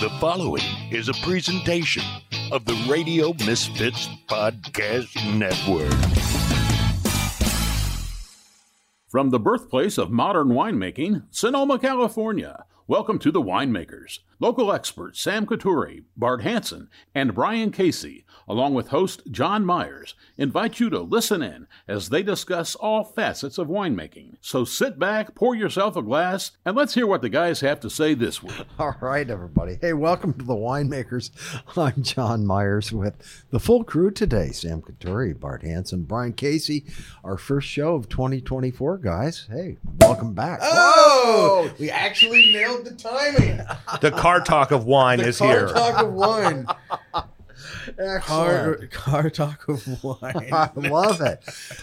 The following is a presentation of the Radio Misfits Podcast Network. From the birthplace of modern winemaking, Sonoma, California, welcome to The Winemakers. Local experts Sam Couturi, Bart Hansen, and Brian Casey, along with host John Myers, invite you to listen in as they discuss all facets of winemaking. So sit back, pour yourself a glass, and let's hear what the guys have to say this week. All right, everybody. Hey, welcome to the Winemakers. I'm John Myers with the full crew today Sam Couturi, Bart Hansen, Brian Casey. Our first show of 2024, guys. Hey, welcome back. Oh, we actually nailed the timing. The car talk of wine The is car here. talk of wine. Excellent. Car, car talk of wine. I love it.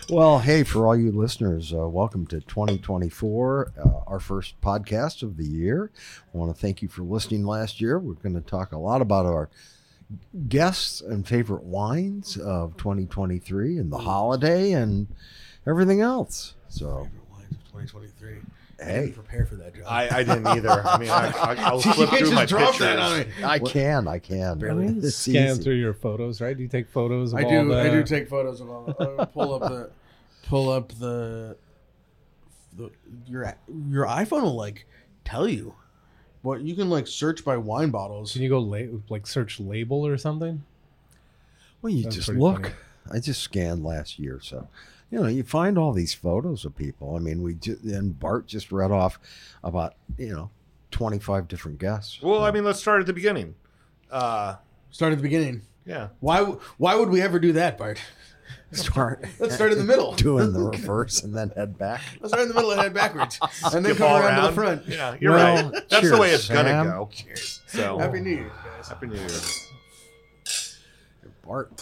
Well, hey, for all you listeners, uh, welcome to 2024, uh, our first podcast of the year. I want to thank you for listening last year. We're going to talk a lot about our guests and favorite wines of 2023 and the Mm. holiday and everything else. So, Favorite wines of 2023. I hey, didn't prepare for that, John. I, I didn't either. I mean, I, I, I'll You flip can't through my just drop pictures. that on me. I can, I can. Barely. It's scan easy. through your photos, right? Do you take photos of I all do. the? I do take photos of all. uh, pull up the, pull up the, the your your iPhone will like tell you, what you can like search by wine bottles. Can you go la- like search label or something? Well, you That's just pretty look. funny. I just scanned last year, so you know you find all these photos of people. I mean, we just, and Bart just read off about you know twenty five different guests. Well, I mean, let's start at the beginning. Uh, Start at the beginning. yeah. Why w- why would we ever do that, Bart? start Let's start in the middle. doing the reverse and then head back. Let's start in the middle and head backwards, and then Skip come all around, to the front. Yeah, you're Well, right. That's cheers, the way it's Sam. gonna go. Cheers. So Happy New Year, guys. Happy New Year. Bart,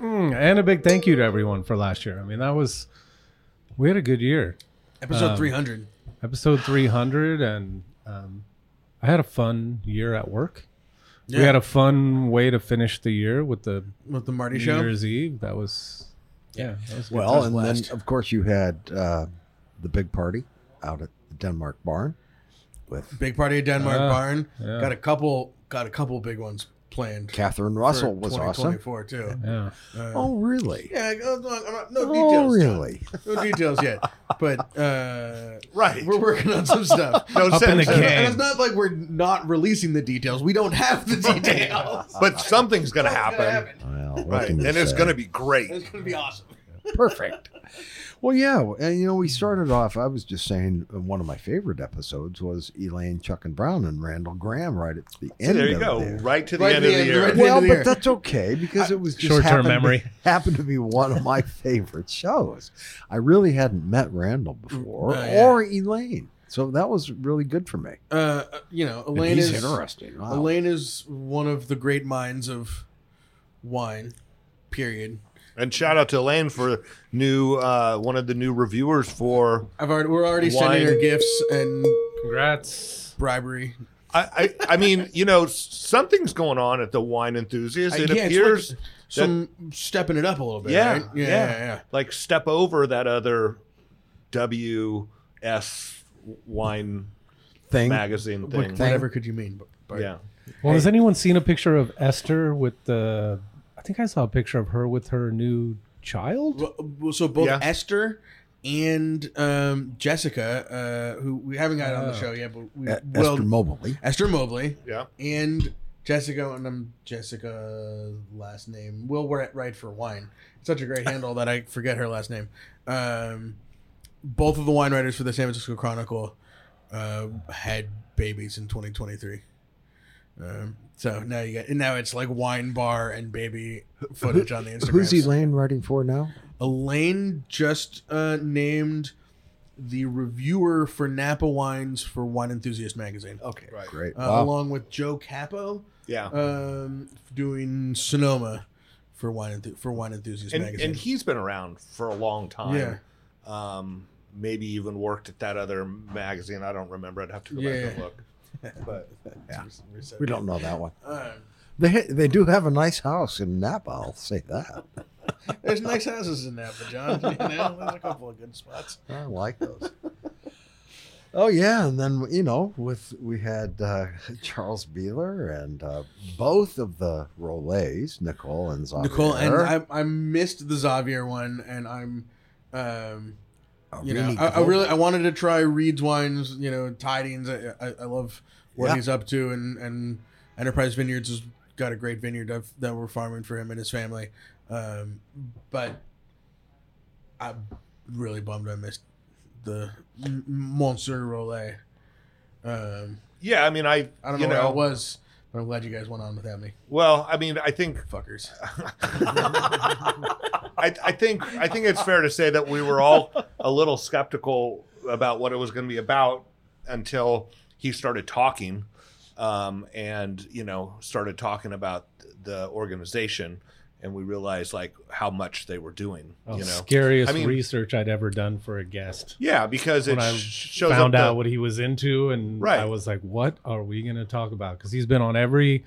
Mm, and a big thank you to everyone for last year. I mean, that was we had a good year. Episode Um, 300. Episode three hundred, and um, I had a fun year at work. Yeah. We had a fun way to finish the year with the with the Marty New show. Year's Eve. That was yeah. That was a good well, time. and blast. then of course you had uh, the big party out at the Denmark Barn with Big party at Denmark Ah, Barn. yeah. Got a couple. Got a couple big ones planned. for Catherine Russell was awesome. 2024 too. yeah. Uh, Oh, really? yeah. I- I'm not- I'm not- No oh, details. John. really? No details yet. But uh, Right. we're working on some stuff. No Up in sense. the uh, game. And it's not like we're not releasing the details. We don't have the details. But something's gonna It's happen. gonna happen. Well, what Right. can And you it's say? gonna be great. It's gonna be awesome. Perfect. Well, yeah, and you know, we started off. I was just saying uh, one of my favorite episodes was Elaine Chuck and Brown and Randall Graham right at the So end. there you of go. there. Right to the Right end to of the the end, year. right to the end. Well, of but year. that's okay because it was just Short-term happened to- memory. happened to be one of my favorite shows. I really hadn't met Randall before Oh, yeah. or Elaine, so that was really good for me. Uh, you know, And Elaine he's is interesting. Wow. Elaine is one of the great minds of wine. Period. And shout out to Elaine for new uh, one of the new reviewers for I've already we're already Wine. sending her gifts and Congrats. bribery. I, I, I mean, you know, something's going on at the wine enthusiast. Uh, It yeah, it's appears like some stepping it up a little bit. Yeah, right? yeah, yeah. yeah, yeah. like step over that other WS wine thing. E, magazine What- thing. whatever could you mean? But, but- Yeah. Well, has anyone seen a picture of Esther with the? I think I saw a picture of her with her new child. Well, well, so both Yeah. Esther and um, Jessica, uh, who we haven't got on the Oh. show yet, but we E- will. Esther Mobley. Esther Mobley Yeah. and Jessica, and I'm Jessica last name. Will Wright right for wine. Such a great handle that I forget her last name. Um, both of the wine writers for the San Francisco Chronicle uh, had babies in 2023. Um, so now you got and now it's like wine bar and baby footage on the Instagram. Who's Elaine writing for now? Elaine just uh, named the reviewer for Napa Wines for Wine Enthusiast magazine. Okay. Right. Great. Uh, wow. Along with Joe Capo Yeah. um, doing Sonoma for Wine Enthu- for Wine Enthusiast And, magazine. and he's been around for a long time. Yeah. Um, maybe even worked at that other magazine. I don't remember. I'd have to go back and Yeah. look. But Yeah. we don't know that one. Uh, They they do have a nice house in Napa. I'll say that. there's nice houses in Napa, John. You know, there's a couple of good spots. I like those. Oh yeah, and then you know, with we had uh, Charles Beeler and uh, both of the Rolets, Nicole and Xavier. Nicole and I, I missed the Xavier one, and I'm, um, you know, I, I really I wanted to try Reed's wines, you know, tidings. I, I, I love what Yeah. he's up to, and and Enterprise Vineyards has got a great vineyard that, that we're farming for him and his family. Um, but I'm really bummed I missed the M- Monsieur Rollet. Um, Yeah, I mean, I I don't you know, know where I was, but I'm glad you guys went on without me, Well, I mean, I think fuckers. I, I think I think it's fair to say that we were all a little skeptical about what it was going to be about until he started talking, um, and you know started talking about the organization, and we realized like how much they were doing. Oh, you know, scariest I mean- research I'd ever done for a guest. yeah, because it When I sh- shows found up the- out what he was into, and Right. I was like, "What are we going to talk about?" Because he's been on every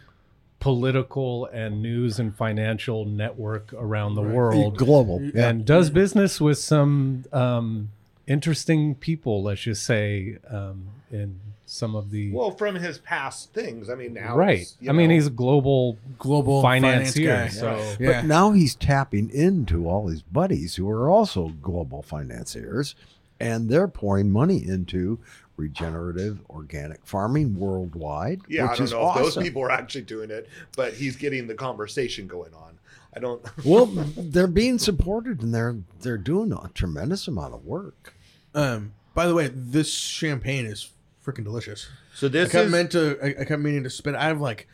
political and news and financial network around the world, global. Yeah. and does business with some um, interesting people. Let's just say um, in some of the well from his past things. I mean, now right. it's, you I mean, know, he's a global Global financier, finance guy. so Yeah. But now he's tapping into all his buddies who are also global financiers, and they're pouring money into regenerative organic farming worldwide. yeah. which I don't is know awesome. if those people are actually doing it, but he's getting the conversation going on. I don't. well, they're being supported, and they're they're doing a tremendous amount of work. Um, by the way, this champagne is freaking delicious. So I this kept meant to. I, I kept meaning to spin. I have like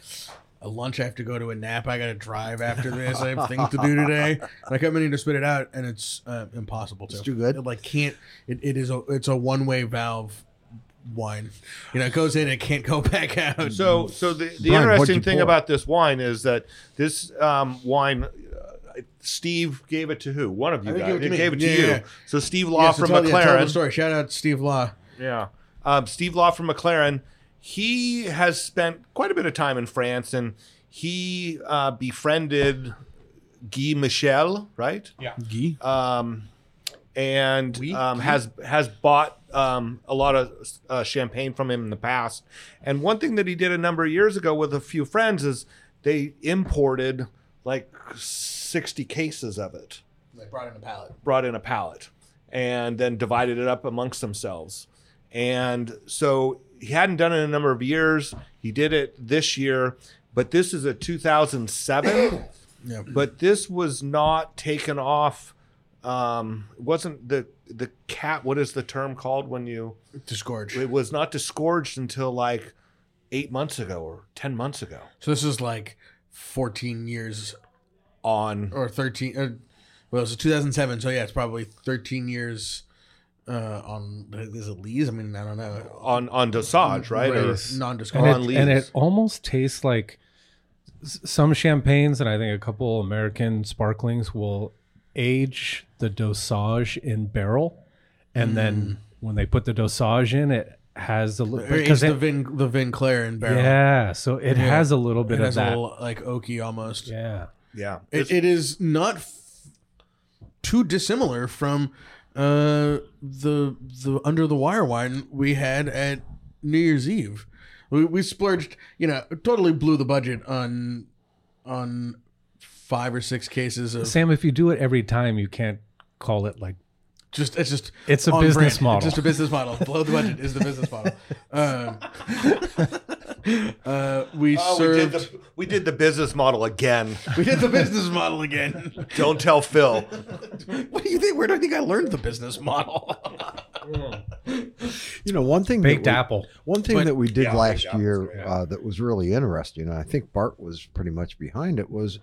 a lunch. I have to go to a nap. I got to drive after this. I have things to do today. And I kept meaning to spit it out, and it's uh, impossible to. It's too good? It, like can't. It, it is a. It's a one way valve wine. You know, it goes in. It can't go back out. So, so the, Brian, what'd the you interesting thing pour? about this wine is that this um, wine, uh, Steve gave it to who? One of you I think guys. it was He me. gave it to Yeah, you. yeah. So Steve Law Yeah, so from tell- yeah, tell the McLaren. story. Shout out to Steve Law. Yeah. Um, Steve Law from McLaren. He has spent quite a bit of time in France and he uh, befriended Guy Michel, right? Yeah. Guy. Um, and um, has has bought um, a lot of uh, champagne from him in the past. And one thing that he did a number of years ago with a few friends is they imported like 60 cases of it They brought in a pallet. brought in a pallet and then divided it up amongst themselves. And so he hadn't done it in a number of years. He did it this year, but this is a 2007. Yeah. But this was not taken off. Um, it wasn't the the cat? What is the term called when you? Disgorge. It was not disgorged until like eight months ago or ten months ago. So this is like 14 years On or 13 or, well it's 2007 so yeah it's probably 13 years uh on is it lees i mean i don't know on on Dosage, right? Or- Yes. non-disclosure Ron and it, Lee's. and it almost tastes like s- some champagnes and I think a couple American sparklings will age the dosage in barrel, and Hmm. then when they put the dosage in, it has a little it's because the it, vin the vin claire and barrel yeah, so it has a little it bit of has a that. little like oaky almost yeah, yeah. it, it is not f- too dissimilar from uh the the under the wire wine we had at new year's eve we, we splurged you know totally blew the budget on on five or six cases of Sam, if you do it every time, you can't call it like just it's just It's a on business brand. It's model. just a business model. Below the budget is the business model. Um, uh, we Oh, we did served. the we did the business model again. we did the business model again. Don't tell Phil. What do you think? Where do I think I learned the business model? You know, one thing that baked we- apple. One thing But- that we did Yeah, last yeah, year yeah. uh, that was really interesting, and I think Bart was pretty much behind it, was,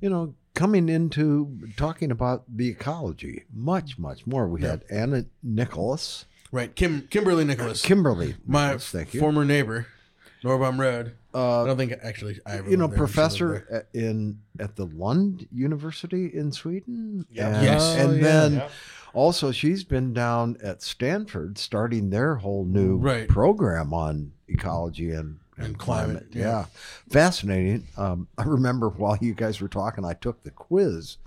you know, coming into talking about the ecology much, much more. We had Anna Nicholas, right, Kim Kimberly Nicholas, Kimberly, my Nicholas, thank you, former neighbor, Norbaum Road. I uh, don't think actually I ever you know, lived there. I'm sure I professor lived there. at- in at the Lund University in Sweden. Yeah. And, Yes. and Oh, yeah. then Yeah. also she's been down at Stanford starting their whole new Right. program on ecology and, and, And climate. climate, Yeah. yeah. Fascinating. Um, I remember while you guys were talking, I took the quiz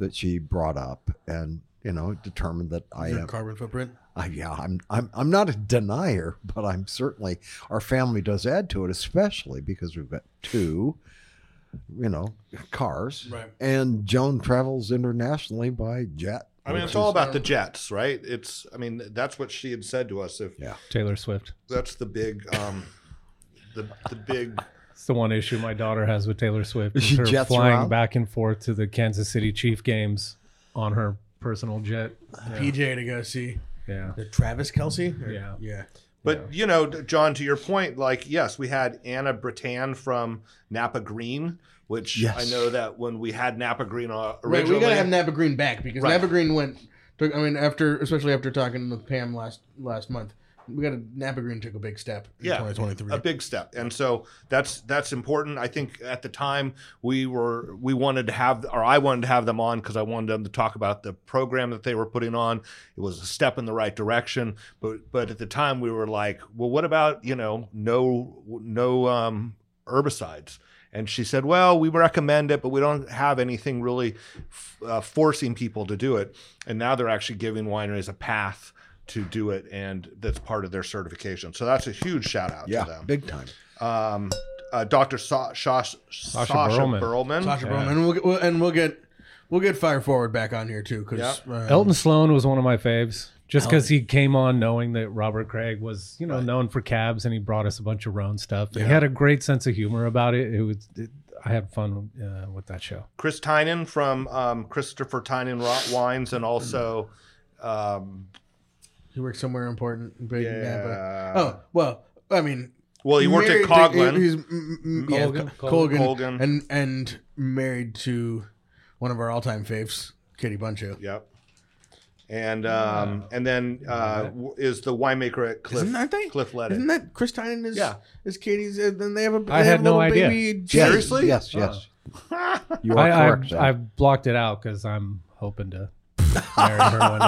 that she brought up and, you know, determined that I Your am carbon footprint. I, yeah, I'm, I'm, I'm not a denier, but I'm certainly, our family does add to it, especially because we've got two, you know, cars. Right. And Joan travels internationally by jet. I mean, it's all about the Jets, right? It's, I mean, that's what she had said to us. If Yeah. Taylor Swift. that's the big, um, the the big, It's the one issue my daughter has with Taylor Swift. Is She her jets flying around? back and forth to the Kansas City Chief games on her personal jet. PJ to go see Yeah. the Travis Kelsey. Or- Yeah. yeah. but you know, John, to your point, like yes, we had Anna Bretan from Napa Green, which Yes. I know that when we had Napa Green uh, Right, originally, we gotta have Napa Green back because Right. Napa Green went. Took, I mean, after especially after talking with Pam last last month, we got to Napa Green took a big step. in Yeah, 2023. a big step and so that's that's important i think at the time we were we wanted to have or i wanted to have them on because i wanted them to talk about the program that they were putting on it was a step in the right direction but but at the time we were like well what about you know no no um herbicides and she said well we recommend it but we don't have anything really f- uh, forcing people to do it and now they're actually giving wineries a path to do it and that's part of their certification so that's a huge shout out Yeah, to them big time. um, uh, Dr. Sa- Shas- Sasha, Burlman. Perlman. Sasha Perlman. and we'll, we'll and we'll get we'll get Fire Forward back on here too um, because Elton Sloan was one of my faves just because he came on knowing that Robert Craig was, you know, known for cabs and he brought us a bunch of Roan stuff. He had a great sense of humor about it. It was, it, I had fun uh, with that show. Chris Tynan from um, Christopher Tynan Rot Wines, and also um, he worked somewhere important. in Big Napa. yeah. Oh well, I mean, well, he worked married- at Coglin. He's, mm, mm, yeah, Colgan? Co- Colgan, Colgan. and and married to one of our all time faves, Katie Buncho. yep. And um, and then uh, w- is the winemaker at Cliff Isn't that they? Cliff Letty. Isn't that Chris Tynan is Yeah. is Katie's? Uh, then they have a. They I have had a no little idea. Baby Yes, Jared. Seriously? Yes, yes. You are I, correct. Sam. I, I blocked it out because I'm hoping to marry her one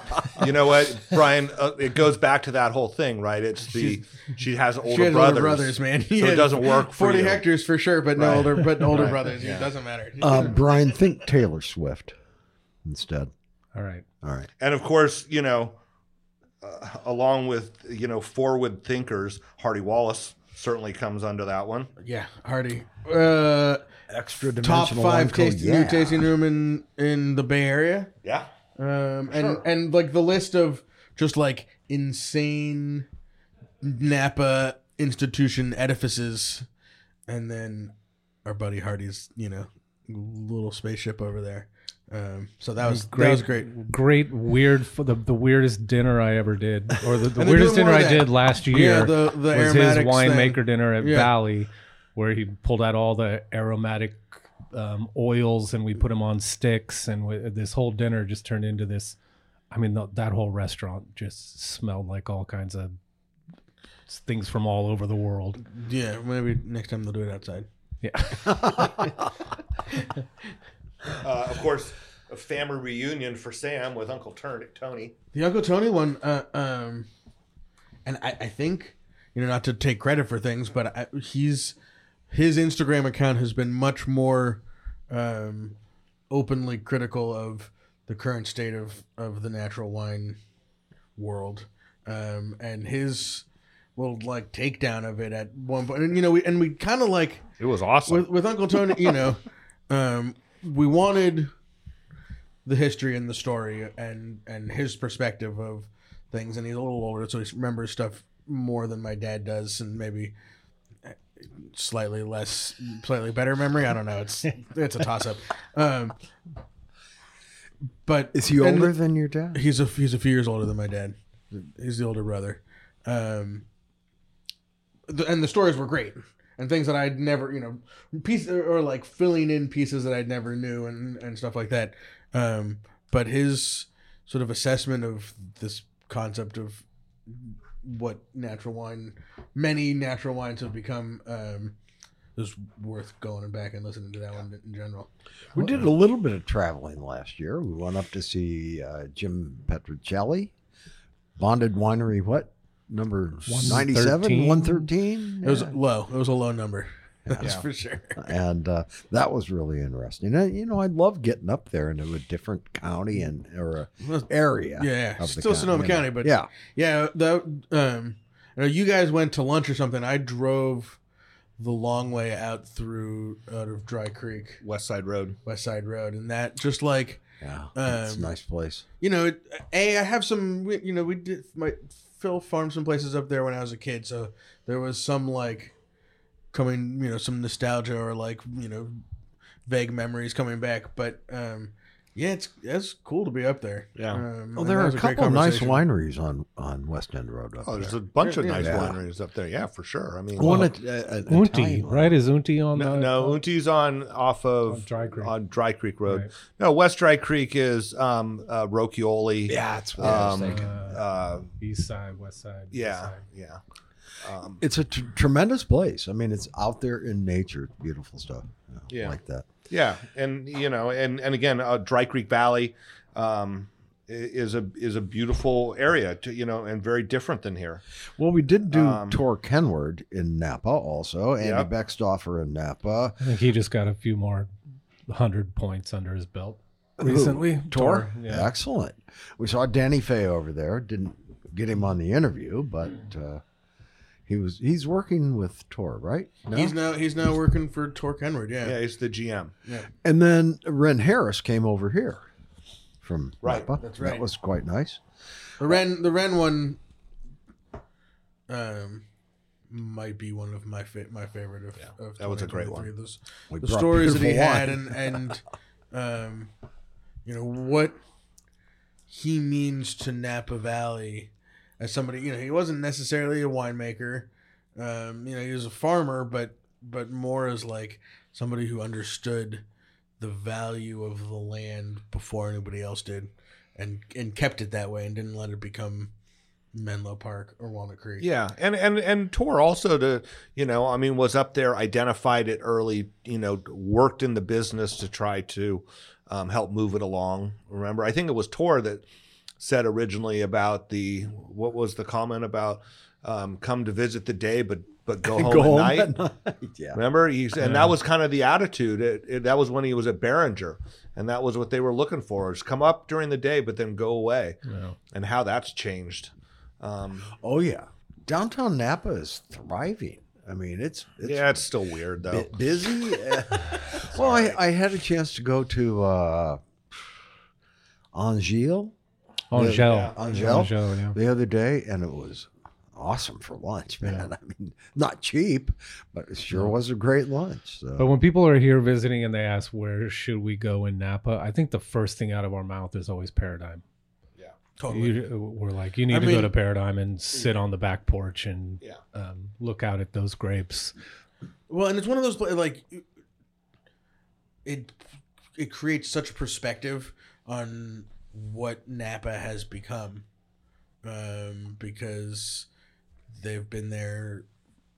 day. you know what, Brian? Uh, it goes back to that whole thing, right? It's the she has older She has brothers. older brothers, man. So it doesn't work for Forty you. hectares for sure, but no Right. older, but older brothers. It doesn't matter. uh, Brian, think Taylor Swift instead. All right. All right. And of course, you know, uh, along with you know forward thinkers, Hardy Wallace certainly comes under that one. yeah, Hardy. Uh, Extra top dimensional five wine code, taste, yeah. new tasting room in in the Bay Area. Yeah. Um, and and like the list of just like insane Napa institution edifices, and then our buddy Hardy's, you know, little spaceship over there. Um, so that was that was great. Great, weird, f- the, the weirdest dinner I ever did, or the, the And they're weirdest doing dinner more I of that. did last year the- the was his aromatics winemaker thing. dinner at Yeah. Valley, where he pulled out all the aromatic um, oils and we put them on sticks, and we, this whole dinner just turned into this. I mean, th that whole restaurant just smelled like all kinds of s- things from all over the world. Yeah, maybe next time they'll do it outside. Yeah. Uh, of course, a family reunion for Sam with Uncle Turn- Tony. The Uncle Tony one, uh, um, and I, I think you know not to take credit for things, but I, he's his Instagram account has been much more um, openly critical of the current state of of the natural wine world, um, and his little like takedown of it at one point, and you know we and we kind of like It was awesome. with, with Uncle Tony, you know, um, we wanted the history and the story and and his perspective of things, and he's a little older, so he remembers stuff more than my dad does, and maybe eh, slightly less, slightly better memory. I don't know. It's it's a toss up. Um, but Is he and- older than your dad? He's a he's a few years older than my dad. He's the older brother, um, the, and the stories were great and things that I'd never you know piece or like filling in pieces that I'd never knew and and stuff like that. Um, but his sort of assessment of this concept of what natural wine, many natural wines have become. Um, is worth going back and listening to that one in general. We did a little bit of traveling last year. We went up to see uh, Jim Petricelli, Bonded Winery, what? Number 97, 113? 113? It was Yeah. low. It was a low number. That's for sure. and uh, that was really interesting. And, you know, I love getting up there into a different county and or a area. Yeah, yeah. of the still county, Sonoma you know. County, but yeah, yeah. The um, I know you guys went to lunch or something. I drove the long way out through out of Dry Creek, West Side Road. West Side Road, and that just like yeah, it's a Um, nice place. you know, it- a I have some. we- You know, we did my Phil farmed some places up there when I was a kid, so there was some like coming, you know, some nostalgia or like you know, vague memories coming back. But um, yeah, it's it's cool to be up there. Yeah. Um, Well, and there that are a was great couple of nice conversation. wineries on on West End Road up Oh, there's there. a bunch of Yeah, nice yeah. wineries up there. Yeah, for sure. I mean, One well, at, uh, an Unti, Italian one. right? Is Unti on no, the Uh, no, Unti's on off of On Dry Creek. on Dry Creek Road. Right. No, West Dry Creek is um, uh, Rocchioli. Yeah, that's what I was Um, thinking. uh, east side, west side? east yeah, side. yeah. Um, It's a t- tremendous place. I mean, it's out there in nature. It's beautiful stuff. Yeah, Yeah. like that. Yeah, and you know, and and again, uh, Dry Creek Valley um, i- is a is a beautiful area, to, you know, and very different than here. Well, we did do Um, Tor Kenward in Napa also, Andy Yeah. Beckstoffer in Napa. I think he just got a few more hundred points under his belt Who? recently. Tor, yeah. excellent. We saw Danny Fay over there. Didn't get him on the interview, but uh, he was he's working with Tor, right? No? He's now he's now working for Torque Henry. Yeah. Yeah, it's the GM. and then Ren Harris came over here from Right, Napa. that's That right. was quite nice. the Ren the Ren one. Um. Might be one of my fa- my favorite of, of that was a great 2023. one. Those- We the brought stories that he beautiful had wine. and and um, you know what he means to Napa Valley as somebody you know he wasn't necessarily a winemaker um, you know he was a farmer but but more as like somebody who understood the value of the land before anybody else did and and kept it that way and didn't let it become Menlo Park or Walnut Creek Yeah, and and and Tor also to you know, I mean, was up there, identified it early, you know, worked in the business to try to um, help move it along. Remember, I think it was Tor that said originally about the what was the comment about um, come to visit the day, but but go home Go at home night. at night. Yeah. Remember, he, and that was kind of the attitude. It, it, that was when he was at Behringer, and that was what they were looking for: is come up during the day, but then go away. Yeah. And how that's changed. Um, Oh yeah, downtown Napa is thriving. I mean, it's it's yeah, it's still weird though. bit busy. well, I, I had a chance to go to uh, Angel Angel. Yeah. Angel? Angel, yeah. the other day, and it was awesome for lunch, man. I mean, not cheap, but it sure was a great lunch. So. But when people are here visiting and they ask where should we go in Napa, I think the first thing out of our mouth is always Paradigm. totally You, we're like, you need Oh, I to go mean- to Paradigm and sit on the back porch and Yeah. um, look out at those grapes. Well, and it's one of those pla- like it it creates such perspective on what Napa has become um, because they've been there,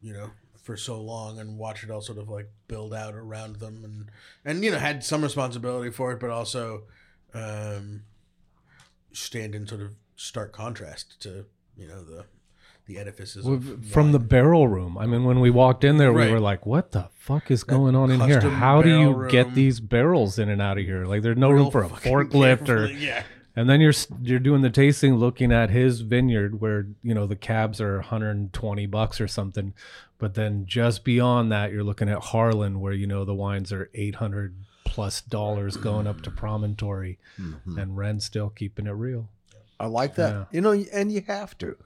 you know, for so long and watch it all sort of like build out around them and and you know had some responsibility for it, but also um, stand in sort of stark contrast to you know the the edifices Well, of From the wine. barrel room. I mean, when we walked in there, Right. we were like, what the fuck is going on in here? custom How do you barrel room. get these barrels in and out of here? Like, there's no room Real for a fucking forklift or. carefully, yeah. And then you're s- you're doing the tasting, looking at his vineyard where you know the cabs are 120 bucks or something, but then just beyond that, you're looking at Harlan where you know the wines are 800 plus dollars going up to Promontory, Hmm. and Ren's still keeping it real. Mm-hmm. I like that. Yeah. You know, and you have to.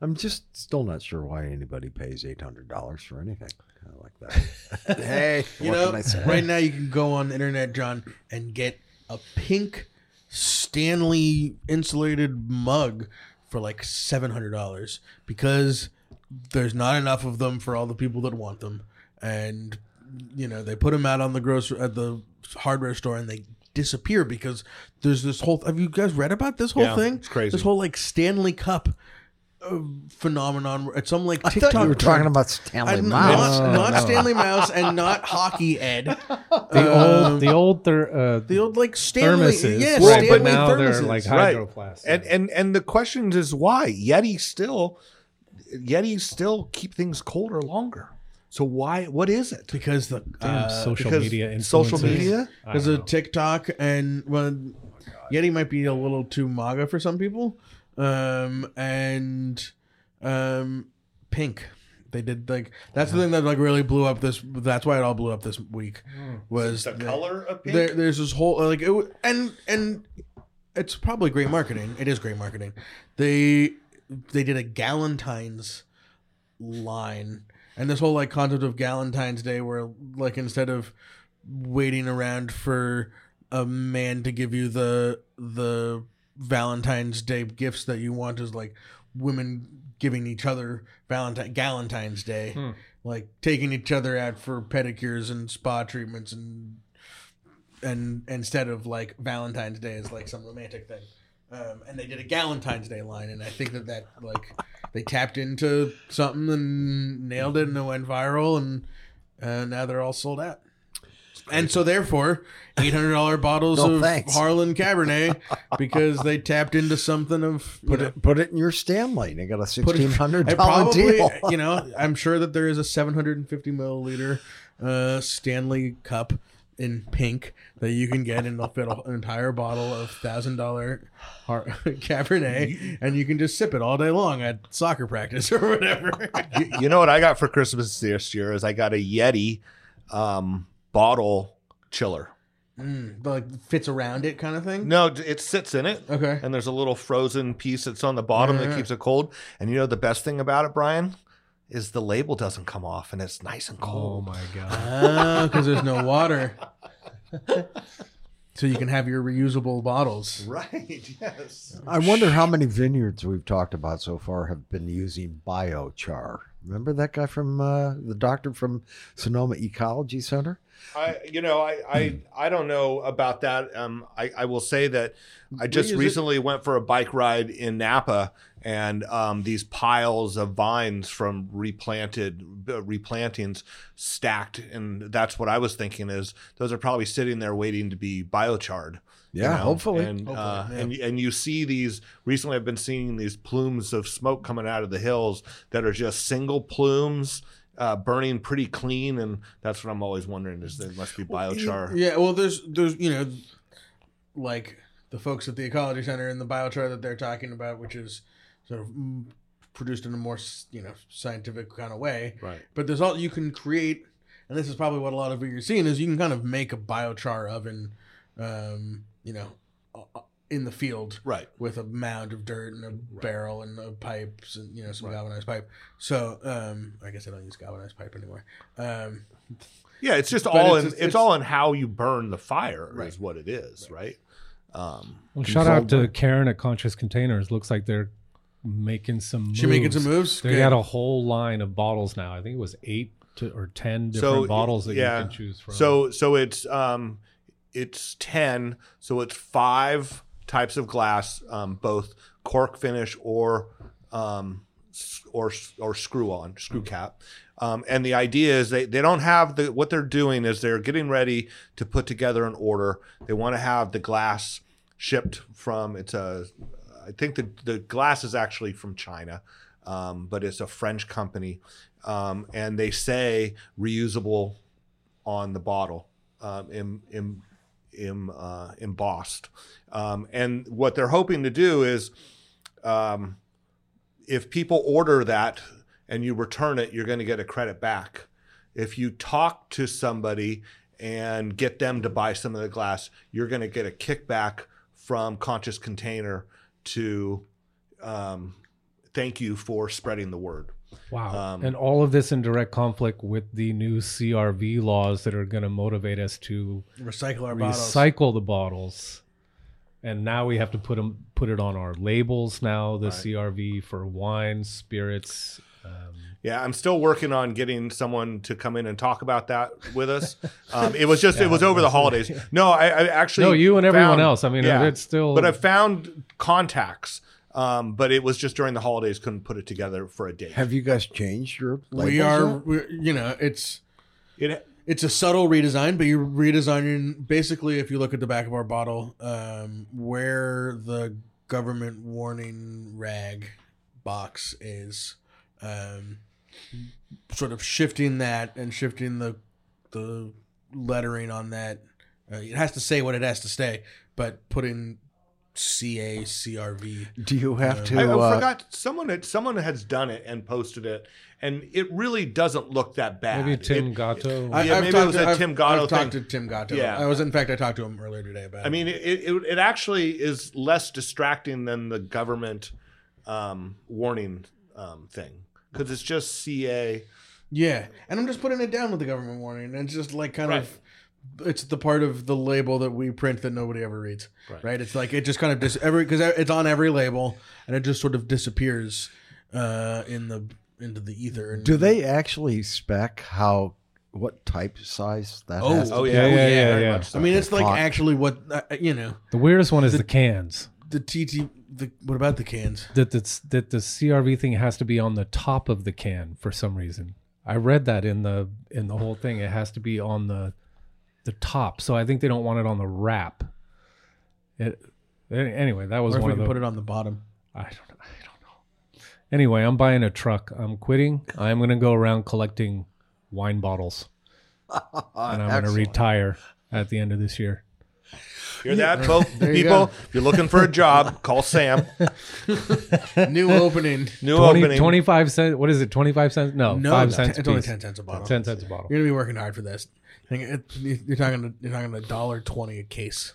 I'm just still not sure why anybody pays eight hundred dollars for anything. I like that. hey, You what know, can I say? right now you can go on the internet, John, and get a pink Stanley insulated mug for like seven hundred dollars because there's not enough of them for all the people that want them, and you know they put them out on the grocery at the hardware store and they disappear because there's this whole. Have you guys read about this whole Yeah, thing? it's crazy. This whole like Stanley Cup. uh, Phenomenon at some like I TikTok. thought you were talking trend. about Stanley I- Mouse. Not, not No. Stanley Mouse and not Hockey Ed. The Um, old the old thir- uh, the old like Stanley, thermoses, yeah, right, Stanley but now thermoses. they're like Right. hydroplastics. and and and the question is why Yeti still Yeti still keep things colder longer. So why? What is it? because the Damn, uh, social because media influencers. social media? I because don't of know. Oh TikTok and well, Yeti might be a little too MAGA for some people. Um, and um, Pink, they did like that's Uh-huh. the thing that like really blew up this. That's why it all blew up this week Hmm. was that of There, there's this whole like it wa- and and it's probably great marketing. It is great marketing. They they did a Galentine's line and this whole like concept of Galentine's Day where like instead of waiting around for a man to give you the the Valentine's Day gifts that you want is like women giving each other Valentine Galentine's Day. Hmm. Like taking each other out for pedicures and spa treatments and and instead of like Valentine's Day is like some romantic thing. Um, and they did a Galentine's Day line, and I think that that like they tapped into something and nailed it, and it went viral, and uh, now they're all sold out. And so, therefore, eight hundred dollar bottles No, of thanks. Harlan Cabernet because they tapped into something of you Put know, it put it in your Stanley. and They got a put it- sixteen hundred I dollar deal. you know, I'm sure that there is a 750 milliliter uh, Stanley cup in pink that you can get, and they'll fit a- an entire bottle of thousand dollar Cabernet, and you can just sip it all day long at soccer practice or whatever. you, you know what I got for Christmas this year is I got a Yeti um, bottle chiller. Mm, but like fits around it, kind of thing. No, d- it sits in it. Okay. And there's a little frozen piece that's on the bottom Yeah. that keeps it cold. And you know the best thing about it, Brian, is the label doesn't come off and it's nice and Oh cold. my god. because Oh, there's no water. So you can have your reusable bottles. Right. Yes. I wonder how many vineyards we've talked about so far have been using biochar. Remember that guy from uh, the doctor from Sonoma Ecology Center? I, you know, I, I, I don't know about that. Um, I, I will say that I use just it- recently went for a bike ride in Napa, and um, these piles of vines from replanted uh, replantings stacked, and that's what I was thinking is those are probably sitting there waiting to be biocharred. you Yeah, know? hopefully. And, uh, Hopefully, yeah. and and you see these recently. I've been seeing these plumes of smoke coming out of the hills that are just single plumes. Uh, burning pretty clean, and that's what I'm always wondering: is there must be biochar? Yeah, well, there's there's you know, like the folks at the ecology center and the biochar that they're talking about, which is sort of mm, produced in a more s- you know scientific kind of way. Right. But there's all you can create, and this is probably what a lot of what you're seeing is you can kind of make a biochar oven, um, you know, o- o- in the field Right. with a mound of dirt and a barrel and a pipes and you know some galvanized pipe. So um, I guess I don't use galvanized pipe anymore. Um, Yeah, it's just But all it's in just- it's, it's- all in how you burn the fire Right. is what it is, right? Um, Well, shout out to Karen at Conscious Containers. Looks like they're making some. Moves. She making some moves? They Good. got a whole line of bottles now. I think it was eight to, or ten different So, bottles that yeah. you can choose from. so so it's um it's 10, so it's five types of glass um both cork finish or um s- or or screw on, screw cap. Um, and the idea is they, they don't have the what they're doing is they're getting ready to put together an order. They want to have the glass shipped from it's a I think the the glass is actually from China, um, but it's a French company, um, and they say reusable on the bottle, um, em, em, em, uh, embossed. Um, and what they're hoping to do is, um, if people order that and you return it, you're going to get a credit back. If you talk to somebody and get them to buy some of the glass, you're going to get a kickback from Conscious Container to um, thank you for spreading the word. wow, um, and all of this in direct conflict with the new CRV laws that are going to motivate us to recycle our bottles. recycle the bottles. And now we have to put 'em- put it on our labels now. The CRV for wine, spirits. Um, Yeah, I'm still working on getting someone to come in and talk about that with us. Um, it was just it was over the holidays. No, I, I actually no, you and everyone found- else. I mean, it's still. But I found contacts, um, but it was just during the holidays. Couldn't put it together for a date. Have you guys changed your we labels are yet? we're, you know it's it, it's a subtle redesign but you're redesigning basically if you look at the back of our bottle um, where the government warning rag box is um, sort of shifting that and shifting the the lettering on that. Uh, it has to say what it has to say, but putting C A C R V. Do you have to? I, I uh, forgot someone had, someone has done it and posted it, and it really doesn't look that bad. Maybe Tim It- Gatto. I- Yeah, maybe it was a Tim Gatto I've talked to thing. Tim Gatto. Yeah. I was in fact I talked to him earlier today about. I mean, it, it it actually is less distracting than the government um, warning um, thing because it's just CA. Yeah, and I'm just putting it down with the government warning, and it's just like kind of, it's the part of the label that we print that nobody ever reads, right? It's like it just kind of dis every because it's on every label, and it just sort of disappears uh, in the into the ether. And do they actually spec how what type size that? Oh, has to Oh be? Yeah, yeah, oh, yeah, yeah, very yeah. much so. I mean, it's like Fuck. actually what uh, you know the weirdest one is the, cans. the TT. The, what about the cans? That that's that the CRV thing has to be on the top of the can for some reason. I read that in the in the whole thing. It has to be on the the top. So I think they don't want it on the wrap. It any- anyway, that was Or if one we of can the put it on the bottom. I don't I don't know. Anyway, I'm buying a truck. I'm quitting. I'm gonna go around collecting wine bottles. Uh, and I'm gonna Excellent. retire at the end of this year. Hear that, folks? you people? If you're looking for a job, call Sam. New opening. 20, New opening. 25 cents. What is it? 25 cents? No, No, 5 no, Oh, cents. it's only apiece. ten cents a bottle. 10 cents a bottle. You're gonna be working hard for this. I think it- You're talking. You're talking a dollar twenty a case.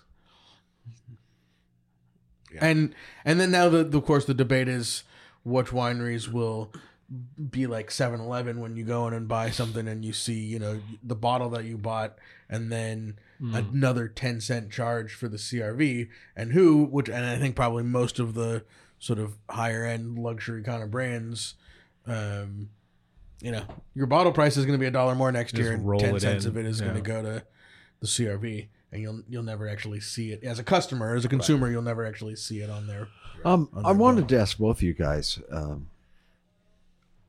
And and then now the, the of course the debate is which wineries will be like 7-Eleven when you go in and buy something and you see you know the bottle that you bought and then Hmm. another ten cent charge for the CRV and who which and I think probably most of the sort of higher end luxury kind of brands. Um, you know, your bottle price is going to be a dollar more next Just year, and roll ten it cents in, of it is going to yeah. go to the CRV, and you'll you'll never actually see it as a customer, as a consumer, you'll never actually see it on there. Um, on I their wanted to ask both of you guys um,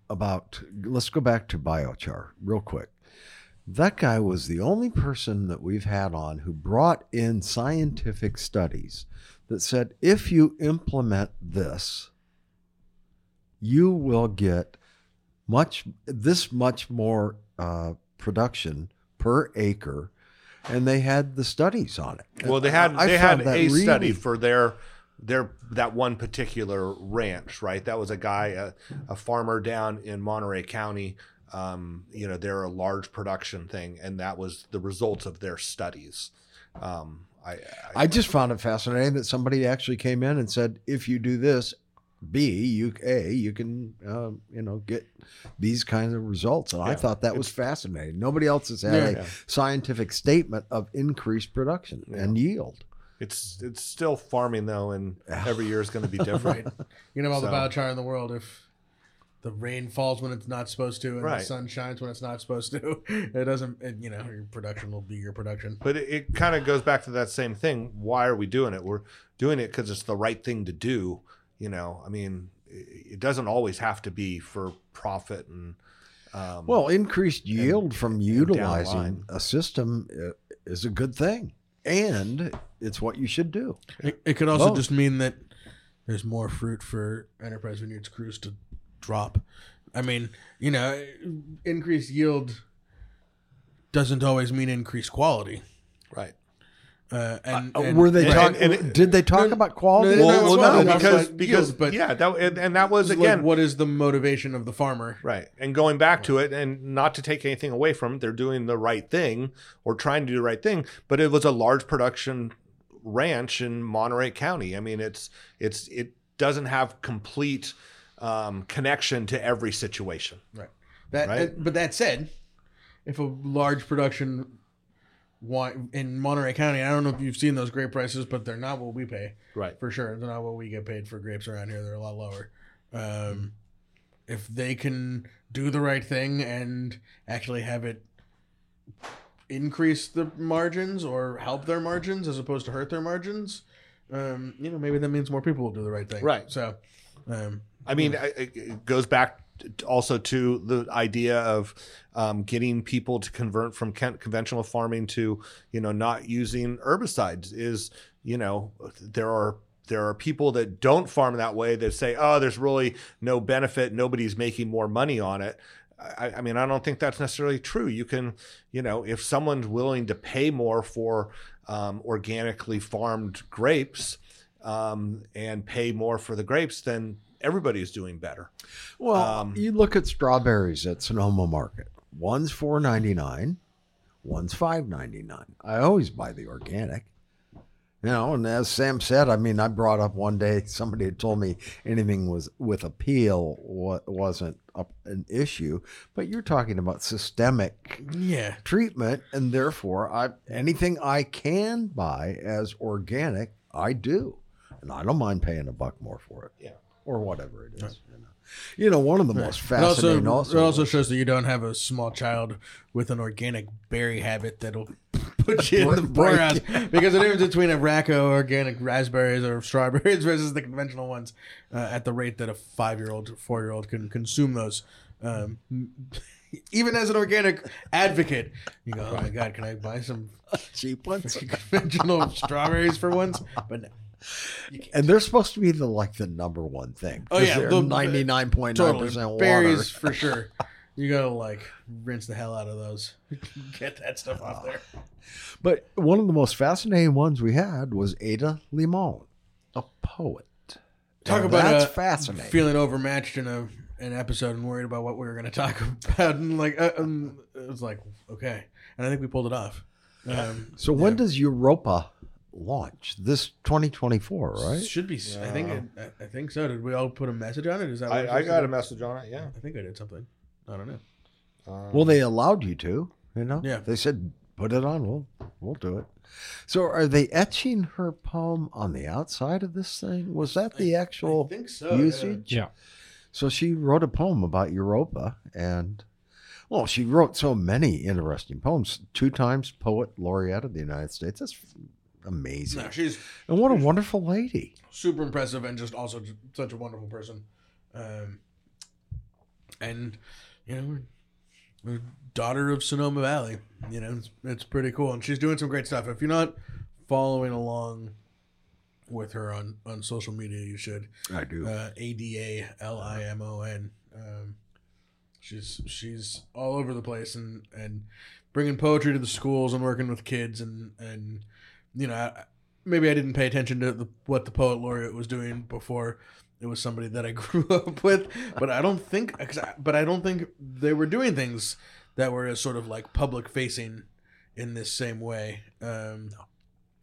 about. Let's go back to biochar real quick. That guy was the only person that we've had on who brought in scientific studies that said if you implement this, you will get much this much more uh, production per acre, and they had the studies on it. Well, they had I they found had that a study really- for their their that one particular ranch, right? That was a guy, a, a farmer down in Monterey County. Um, you know, they're a large production thing, and that was the results of their studies. Um, I, I I just found it fascinating that somebody actually came in and said, if you do this, B, you A, you can uh, you know get these kinds of results, and I Yeah. thought that was fascinating. Nobody else has had a Yeah. scientific statement of increased production and yield. it's it's still farming though, and every year is going to be different. You know all the So- biochar in the world if. The rain falls when it's not supposed to, and Right. the sun shines when it's not supposed to. It doesn't, it, you know, your production will be your production. But it, it kind of goes back to that same thing. Why are we doing it? We're doing it because it's the right thing to do. You know, I mean, it, it doesn't always have to be for profit and. Um, Well, increased yield from utilizing line. a system uh, is a good thing, and it's what you should do. It, it could also Both. just mean that there's more fruit for Enterprise Vineyards crews to drop. I mean, you know, increased yield doesn't always mean increased quality. right. Uh, and, Uh, and- were they and- talking? and- did they talk no, about quality? no, Well, well, well, no, that's because what- because yes, but- yeah, that and, and that was like, again what is the motivation of the farmer? right. And going back to it, and not to take anything away from it, they're doing the right thing or trying to do the right thing. But it was a large production ranch in Monterey County. I mean, it's it's it doesn't have complete um, connection to every situation. That, Right. uh, but that said, if a large production wine in Monterey County, I don't know if you've seen those grape prices, but they're not what we pay Right. for sure. They're not what we get paid for grapes around here. They're a lot lower. Um, if they can do the right thing and actually have it increase the margins or help their margins as opposed to hurt their margins, um, you know, maybe that means more people will do the right thing. Right. So, um, I mean, I- I- it goes back t- also to the idea of um, getting people to convert from con- conventional farming to, you know, not using herbicides. Is you know there are there are people that don't farm that way that say, oh, there's really no benefit. Nobody's making more money on it. I, I mean, I don't think that's necessarily true. You can, you know, if someone's willing to pay more for um, organically farmed grapes um, and pay more for the grapes, then everybody's doing better. Well, Um, you look at strawberries at Sonoma Market. One's four ninety nine, one's five ninety nine. I always buy the organic. You know, and as Sam said, I mean, I brought up one day somebody had told me anything was with appeal wa- wasn't a, an issue, but you're talking about systemic Yeah. treatment, and therefore, I anything I can buy as organic, I do, and I don't mind paying a buck more for it. Yeah. or whatever it is. You, know. You know, one of the most It also, fascinating. Also, it also shows that you don't have a small child with an organic berry habit that'll put you in the Break- poorhouse. because the difference between a racco organic raspberries or strawberries versus the conventional ones, uh, at the rate that a five-year-old, four-year-old can consume those, um, even as an organic advocate, you go, "Oh my God, can I buy some cheap ones, conventional strawberries for once?" But no. and they're supposed to be the like the number one thing. Oh, 'cause yeah, they're the- ninety nine point nine totally percent water. berries for sure. You gotta like rinse the hell out of those. Get that stuff off there. But one of the most fascinating ones we had was Ada Limon, a poet. Talk Now, about that's uh, fascinating. Feeling overmatched in a an episode and worried about what we were going to talk about, and like uh, um, it was like okay, and I think we pulled it off. Um, so when does Europa launch? This twenty twenty four, right? Should be. s I I think. It, I, I think so. Did we all put a message on it? Is that? what I, we're I supposed got to a do? message on it. Yeah. I think I did something. I don't know. Um, Well, they allowed you to, you know? Yeah. They said, put it on. We'll, we'll do it. So are they etching her poem on the outside of this thing? Was that the actual I think so. yeah. usage? Yeah. So she wrote a poem about Europa and. Well, she wrote so many interesting poems. Two times poet laureate of the United States. That's amazing. No, she's and what a wonderful lady. super impressive and just also j- such a wonderful person. Um, and you know, we're, we're daughter of Sonoma Valley. You know, it's, it's pretty cool, and she's doing some great stuff. If you're not following along with her on on social media, you should. I do. Uh, A D A L I M O N. Um, she's she's all over the place and and bringing poetry to the schools and working with kids and and you know I, maybe I didn't pay attention to the, what the poet laureate was doing before it was somebody that I grew up with, but I don't think 'cause I- but I don't think they were doing things that were as sort of like public facing in this same way. Um,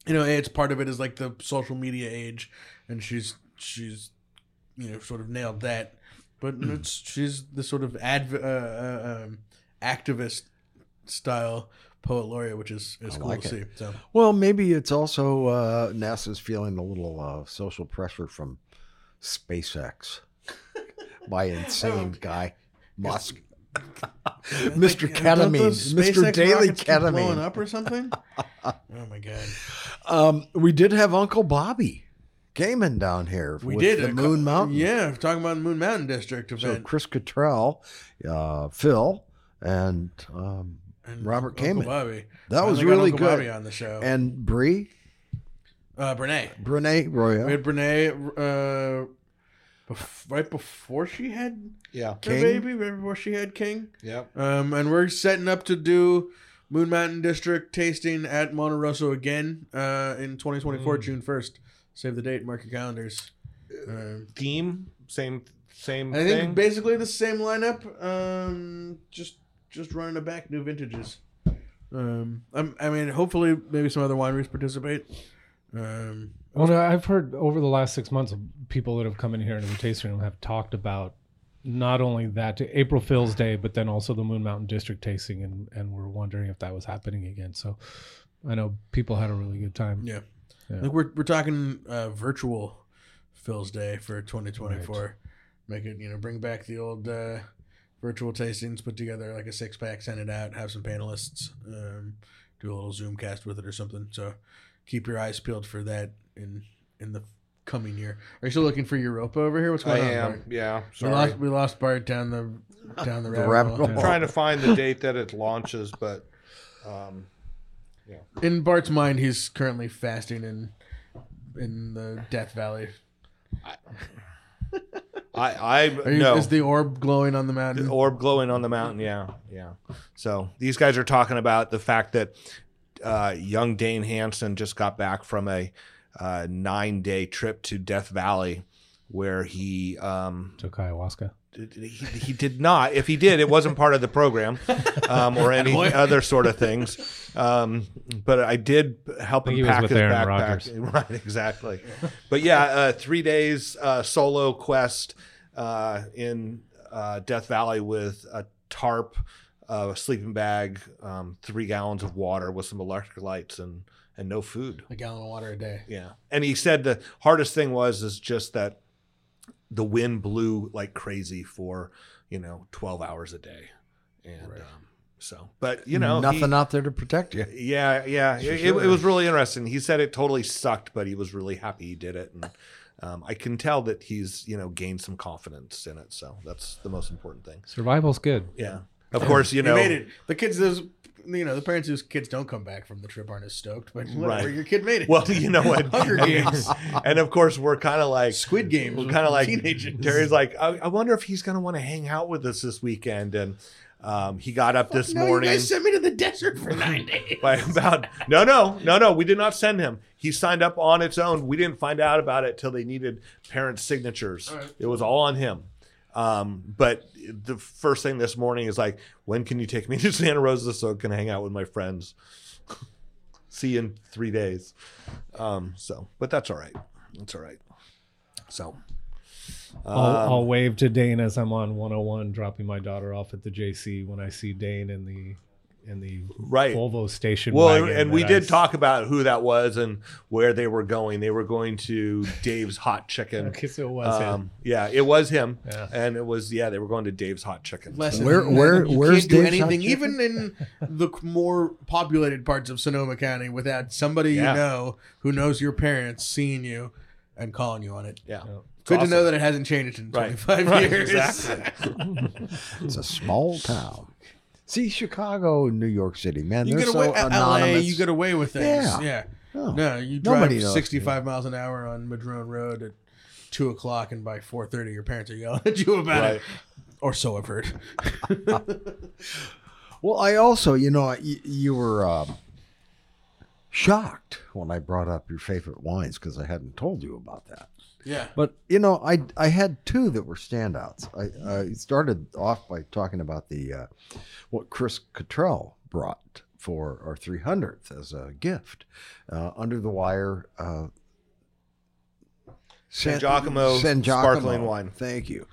you know, it's part of it is like the social media age, and she's she's you know sort of nailed that. But Hmm. it's, she's the sort of adv- uh, uh, um, activist style poet laureate, which is, is I cool like to it. see. So Well, maybe it's also uh, NASA's feeling a little uh, social pressure from SpaceX by insane guy Musk, Mr. uh, Don't Ketamine, those Mr. SpaceX Daily rockets keep blowing Ketamine. up or something. oh my god! Um, we did have Uncle Bobby Gaiman down here. We with did the a Moon cou- Mountain. Yeah, talking about Moon Mountain District So event. Chris Cottrell, uh, Phil, and um, and Robert Uncle Kamen. Bobby. That was Finally got really Uncle good. Bobby on the show. and Bree uh, Brene. Brene Royo. We had Brene uh, bef- right before she had yeah. King? her baby, right before she had King. Yeah. Um, and we're setting up to do Moon Mountain District tasting at Monterosso again uh, in 2024, June 1st. Save the date, mark your calendars. Um, Theme. Same. Same I thing. think basically the same lineup. Um, just just running it back new vintages. Um, I'm, I mean, hopefully maybe some other wineries participate. Um, Well, no, I've heard over the last six months, people that have come in here into the tasting room have talked about not only that to April Fool's Day, but then also the Moon Mountain District tasting, and and we're wondering if that was happening again. So I know people had a really good time. yeah. Yeah. I think we're we're talking uh, virtual Phil's Day for 2024. Make it you know bring back the old uh, virtual tastings, put together like a six pack, send it out, have some panelists, um, do a little Zoom cast with it or something. So keep your eyes peeled for that in in the coming year. Are you still looking for Europa over here? What's I going on? Bart? am. Yeah. We Sorry. lost, we lost Bart down the down the, The rabbit rabbit hole. hole. I'm trying to find the date that it launches, but um, In Bart's mind, he's currently fasting in in the Death Valley. I, I Are you, no. Is the orb glowing on the mountain? The orb glowing on the mountain. Yeah, yeah. So these guys are talking about the fact that uh, young Dane Hansen just got back from a uh, nine-day trip to Death Valley, where he um, Took ayahuasca. did- he, he did not. If he did, it wasn't part of the program um, or any other sort of things. Um, but I did help I think him he was pack with his Aaron backpack. Rodgers. Right, exactly. But yeah, uh, three days uh, solo quest uh, in uh, Death Valley with a tarp, uh, a sleeping bag, um, three gallons of water with some electrolytes and and no food. A gallon of water a day. Yeah. And he said the hardest thing was is just that the wind blew like crazy for, you know, 12 hours a day. And um, so, but you know, he- nothing out there to protect you. yeah, yeah. It, it was really interesting. He said it totally sucked, but he was really happy he did it. And um, I can tell that he's, you know, gained some confidence in it. So that's the most important thing. Survival's good. Yeah. Of course, you You know, made it. The kids, those, you know, the parents whose kids don't come back from the trip aren't as stoked, but whatever, Right. your kid made it. Well, you know what? Hunger Games. and of course, we're kind of like Squid Games We're with kind of like teenagers. Terry's like, I, I wonder if he's gonna want to hang out with us this weekend. And um, he got up this no, morning you guys sent me to the desert for nine days. by about no, no, no, no. We did not send him. He signed up on its own. We didn't find out about it till they needed parents' signatures. It was all on him. Um, but the first thing this morning is like, when can you take me to Santa Rosa so I can hang out with my friends? See you in three days. Um, so, but that's all right. That's all right. So, I'll, Um, I'll wave to Dane as I'm on 101, dropping my daughter off at the JC when I see Dane in the in the Right. Volvo station. well, and, wagon and we that I did s- talk about who that was and where they were going. They were going to Dave's Hot Chicken. Okay, so it was him. Um, yeah, it was him, Yeah. and it was yeah. They were going to Dave's Hot Chicken. Lesson. Where- where- you where's can't do Dave's Hot anything, even Chicken? in the more populated parts of Sonoma County, without somebody Yeah. you know who knows your parents seeing you and calling you on it. yeah, Oh, Good awesome. to know that it hasn't changed in Right. 25 Right, years. exactly. It's a small town. See, Chicago, and New York City, man, You they're get so away at LA, anonymous. you get away with things. Yeah. Yeah. Oh. No, you drive Nobody knows. 65 miles an hour on Madrone Road at two o'clock, and by 4:30, your parents are yelling at you about Right. it, or so I've heard. Well, I also, you know, y- you were um, shocked when I brought up your favorite wines because I hadn't told you about that. Yeah. But you know, I I had two that were standouts. I, I started off by talking about the uh, what Chris Cottrell brought for our 300th as a gift, uh, Under the Wire. Uh, San Giacomo sparkling wine. Thank you,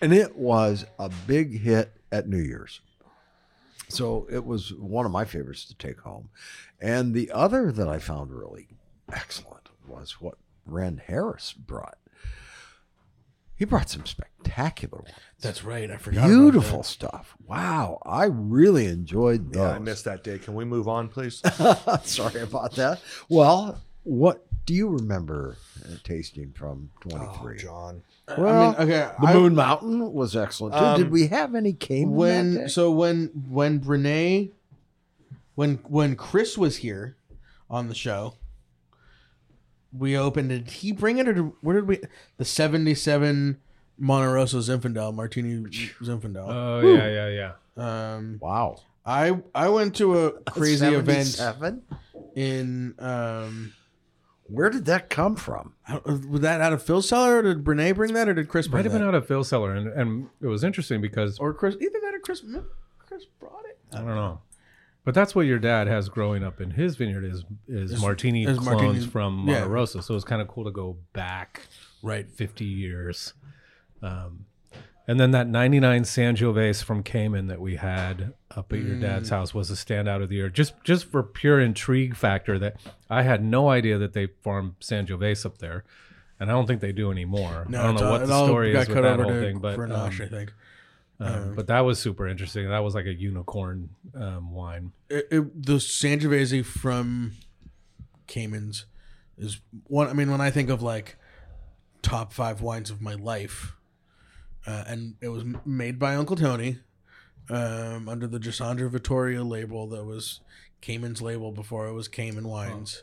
and it was a big hit at New Year's. So it was one of my favorites to take home. And the other that I found really excellent was what Ren Harris brought. He brought some spectacular ones. That's right. I forgot. about Beautiful that. stuff. Wow. I really enjoyed those. Yeah, I missed that day. Can we move on, please? Sorry about that. Well, what do you remember uh, tasting from 23? John. Well, Oh, I mean, okay. the I- Moon Mountain was excellent too. Um, Did we have any came in that when day? so when when Brene when when Chris was here on the show we opened did he bring it or did- where did we the 77 Monterosso Zinfandel Martini Zinfandel Oh yeah, yeah, yeah. Uh, um wow I I went to a crazy event 77? in um Where did that come from? I don't- was that out of Phil's cellar or did Brene bring that or did Chris bring Might have been that? out of Phil Seller, and, and it was interesting because or Chris either that or Chris Chris brought it I don't know. But that's what your dad has growing up in his vineyard is is martini is clones martini- from yeah. Monterosa. So it's kind of cool to go back right 50 years. Um, and then that 99 Sangiovese from Cayman that we had up at your dad's Mm. house was a standout of the year. Just just for pure intrigue factor that I had no idea that they farmed Sangiovese up there. And I don't think they do anymore. I don't it's know all- what it the all story got is with cut that over whole to thing, but um, Grenache, I think um, but that was super interesting. That was like a unicorn um, wine. it, it, the Sangiovese from Caymans is one. I mean, when I think of like top five wines of my life, uh, and it was m- made by Uncle Tony um, under the Gisandra Vittoria label that was Cayman's label before it was Cayman Wines,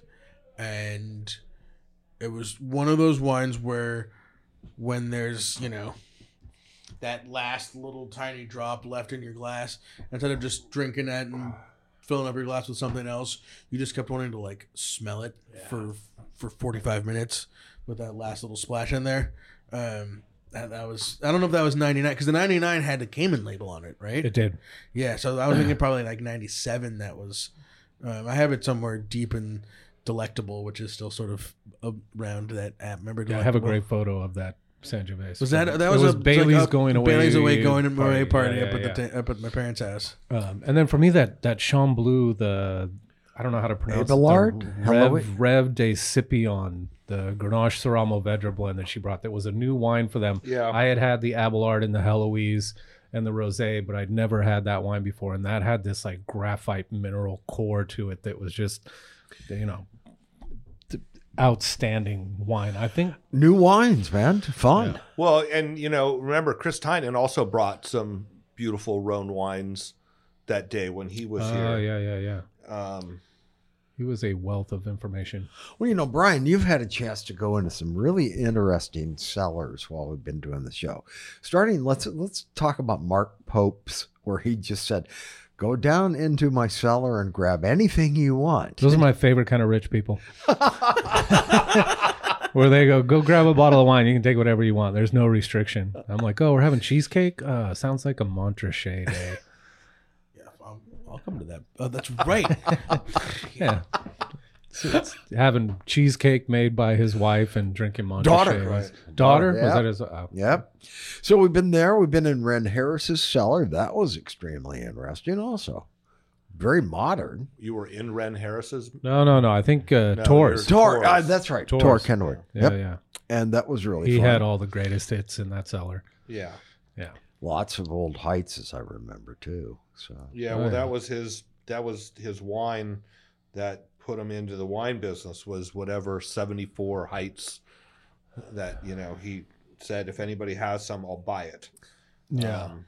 and it was one of those wines where when there's you know that last little tiny drop left in your glass instead of just drinking it and filling up your glass with something else you just kept wanting to like smell it for for 45 minutes with that last little splash in there um that, that was i don't know if that was 99 because the 99 had the cayman label on it right It did. yeah, so I was thinking probably like '97. That was, um, I have it somewhere deep in Delectable, which is still sort of around that app. Remember? Yeah, I have a Delectable? great photo of that San Gervais. Was that that It was, a, like Bailey's a going away? Bailey's away going away party. party Yeah, up yeah, at the ta- up at my parents' house. Um, and then for me, that that Chamblou, the I don't know how to pronounce Abelard? it. the Hello- Rev Rev de Scipion, the Grenache Syrah Mourvedre blend that she brought. That was a new wine for them. Yeah. I had had the Abelard and the Heloise and the Rosé, but I'd never had that wine before, and that had this like graphite mineral core to it that was just, you know, th- outstanding wine. I think New wines, man. Fun. Well, and you know, remember Chris Tynan also brought some beautiful Rhone wines that day when he was Oh here. yeah, yeah, yeah. Um, He was a wealth of information. Well, you know, Brian, you've had a chance to go into some really interesting cellars while we've been doing the show. Starting, let's let's talk about Mark Pope's, where he just said, "Go down into my cellar and grab anything you want." Those are my favorite kind of rich people. Where they go, go grab a bottle of wine. You can take whatever you want. There's no restriction. I'm like, oh, we're having cheesecake. Uh, sounds like a Montrachet day. Yeah, I'll, I'll come to that. Oh, that's right. Yeah, It's- it's having cheesecake made by his wife and drinking Montrachet. Daughter, was, daughter Daughter, was yeah. that his? Oh. Yep. So we've been there. We've been in Ren Harris's cellar. That was extremely interesting, also. Very modern. you were in Ren Harris's. No, no, no. I think uh, No, Tours. you're- Tor, Torres. uh, that's right. Torres. Tor Kenward. Yeah, Yep. yeah. And that was really He fun. had all the greatest hits in that cellar. Yeah, Yeah. Lots of old heights, as I remember, too. So yeah. Oh, well, yeah. that was his. That was his wine that put him into the wine business. Was whatever seventy four heights that you know he said if anybody has some, I'll buy it. yeah, Um,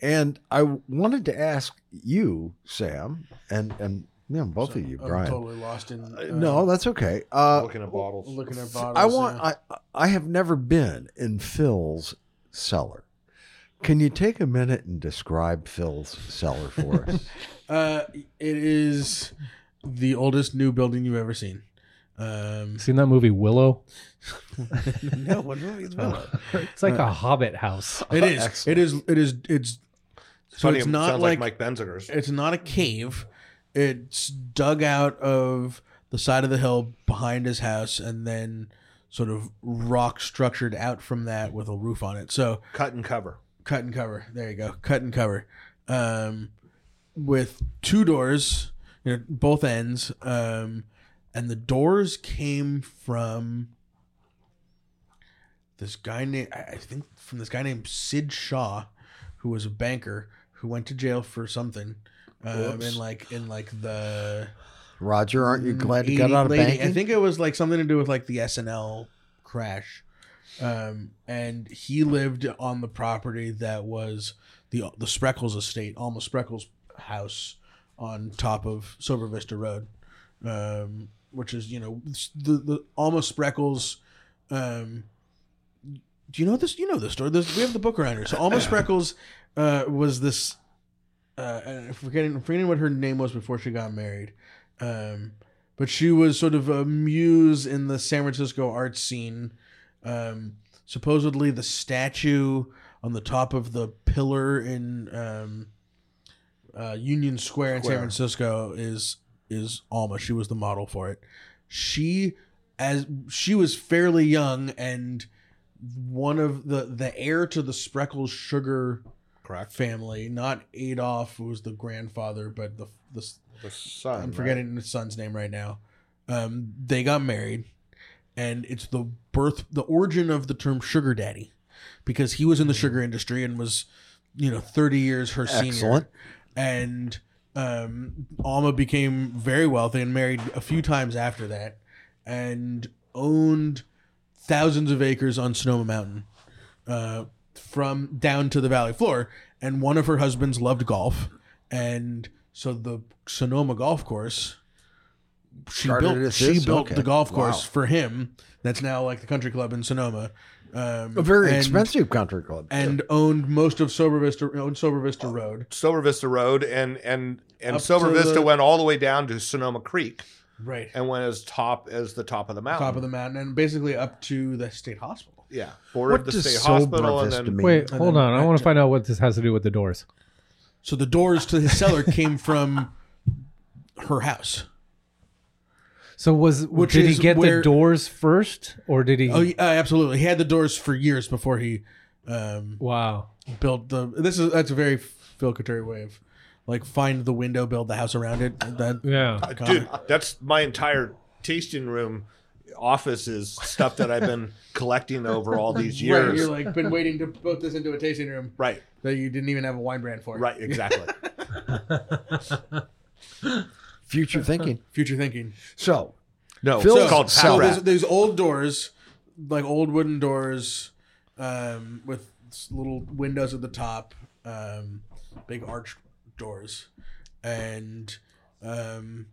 And I wanted to ask you, Sam, and and you know, both So of you, I'm Brian. Oh, totally lost in. Uh, no, that's okay. Uh, looking at bottles. looking at f- bottles. uh, I want. yeah. I I have never been in Phil's cellar. Can you take a minute and describe Phil's cellar for us? uh, it is the oldest new building you've ever seen. Um, Seen that movie Willow? no, what movie Uh, is Willow? Oh. It's like a Hobbit house. It is. Excellent. It is. It is. It's. So Funny, it's it not sounds like, like, Mike Benzinger's. it's not a cave. It's dug out of the side of the hill behind his house, and then sort of rock structured out from that with a roof on it. So Cut and cover. cut and cover. There you go. Cut and cover. Um, with two doors, you know, both ends. Um, and the doors came from this guy named I I think from this guy named Sid Shaw, who was a banker who went to jail for something. Um, in like in like the Roger, aren't you glad you 80 got out of lady- banking? I think Mm, it was like something to do with like the SNL crash. Um, and he lived on the property that was the the Spreckles estate, Alma Spreckles house on top of Silver Vista Road, um, which is you know s- the the Alma Spreckles. Um, do you know this? You know this story. This, we have the book around here. So Alma Spreckles uh, was this. Uh, and I'm forgetting, I'm forgetting what her name was before she got married. Um, but she was sort of a muse in the San Francisco art scene. Um, supposedly, the statue on the top of the pillar in um, uh, Union Square, in San Square. Francisco is is Alma. She was the model for it. She as she was fairly young and one of the the heir to the Spreckles sugar Correct. family, not Adolf, who was the grandfather, but the the The sun. I'm right? forgetting his son's name right now. Um, they got married, and it's the birth, the origin of the term sugar daddy, because he was in the sugar industry and was, you know, 30 years her Excellent. senior, and um, Alma became very wealthy and married a few times after that, and owned thousands of acres on Sonoma Mountain, uh, from down to the valley floor. And one of her husbands loved golf, and so the Sonoma Golf Course she Chartered built she assist? built Okay. the golf course Wow. for him. That's now like the country club in Sonoma. Um, A very and- expensive country club. too. and owned most of Sober Vista owned Sober Vista Oh, Road. Silver Vista Road, and and and Up Silver to the- Vista went all the way down to Sonoma Creek Right. and went as top as the top of the mountain. Top of the mountain and basically up to the state hospital. yeah, bordered what the does state sober hospital, and this then to mean? Wait, And hold then on. I back want to- to find out what this has to do with the doors. So the doors to his cellar came from her house. So was Which did he is get where- the doors first, or did he? Oh, yeah, absolutely. He had the doors for years before he um, wow. built the. This is that's a very Phil Couturier way of like find the window, build the house around it. That Yeah. dude, that's my entire tasting room office is stuff that I've been collecting over all these years. Right, you're like been waiting to put this into a tasting room right, that you didn't even have a wine brand for. right, exactly. Future thinking. Future thinking. So No, Phil- it's called so Power. there's, there's old doors, like old wooden doors, um, with s- little windows at the top, um, big arch doors, and um,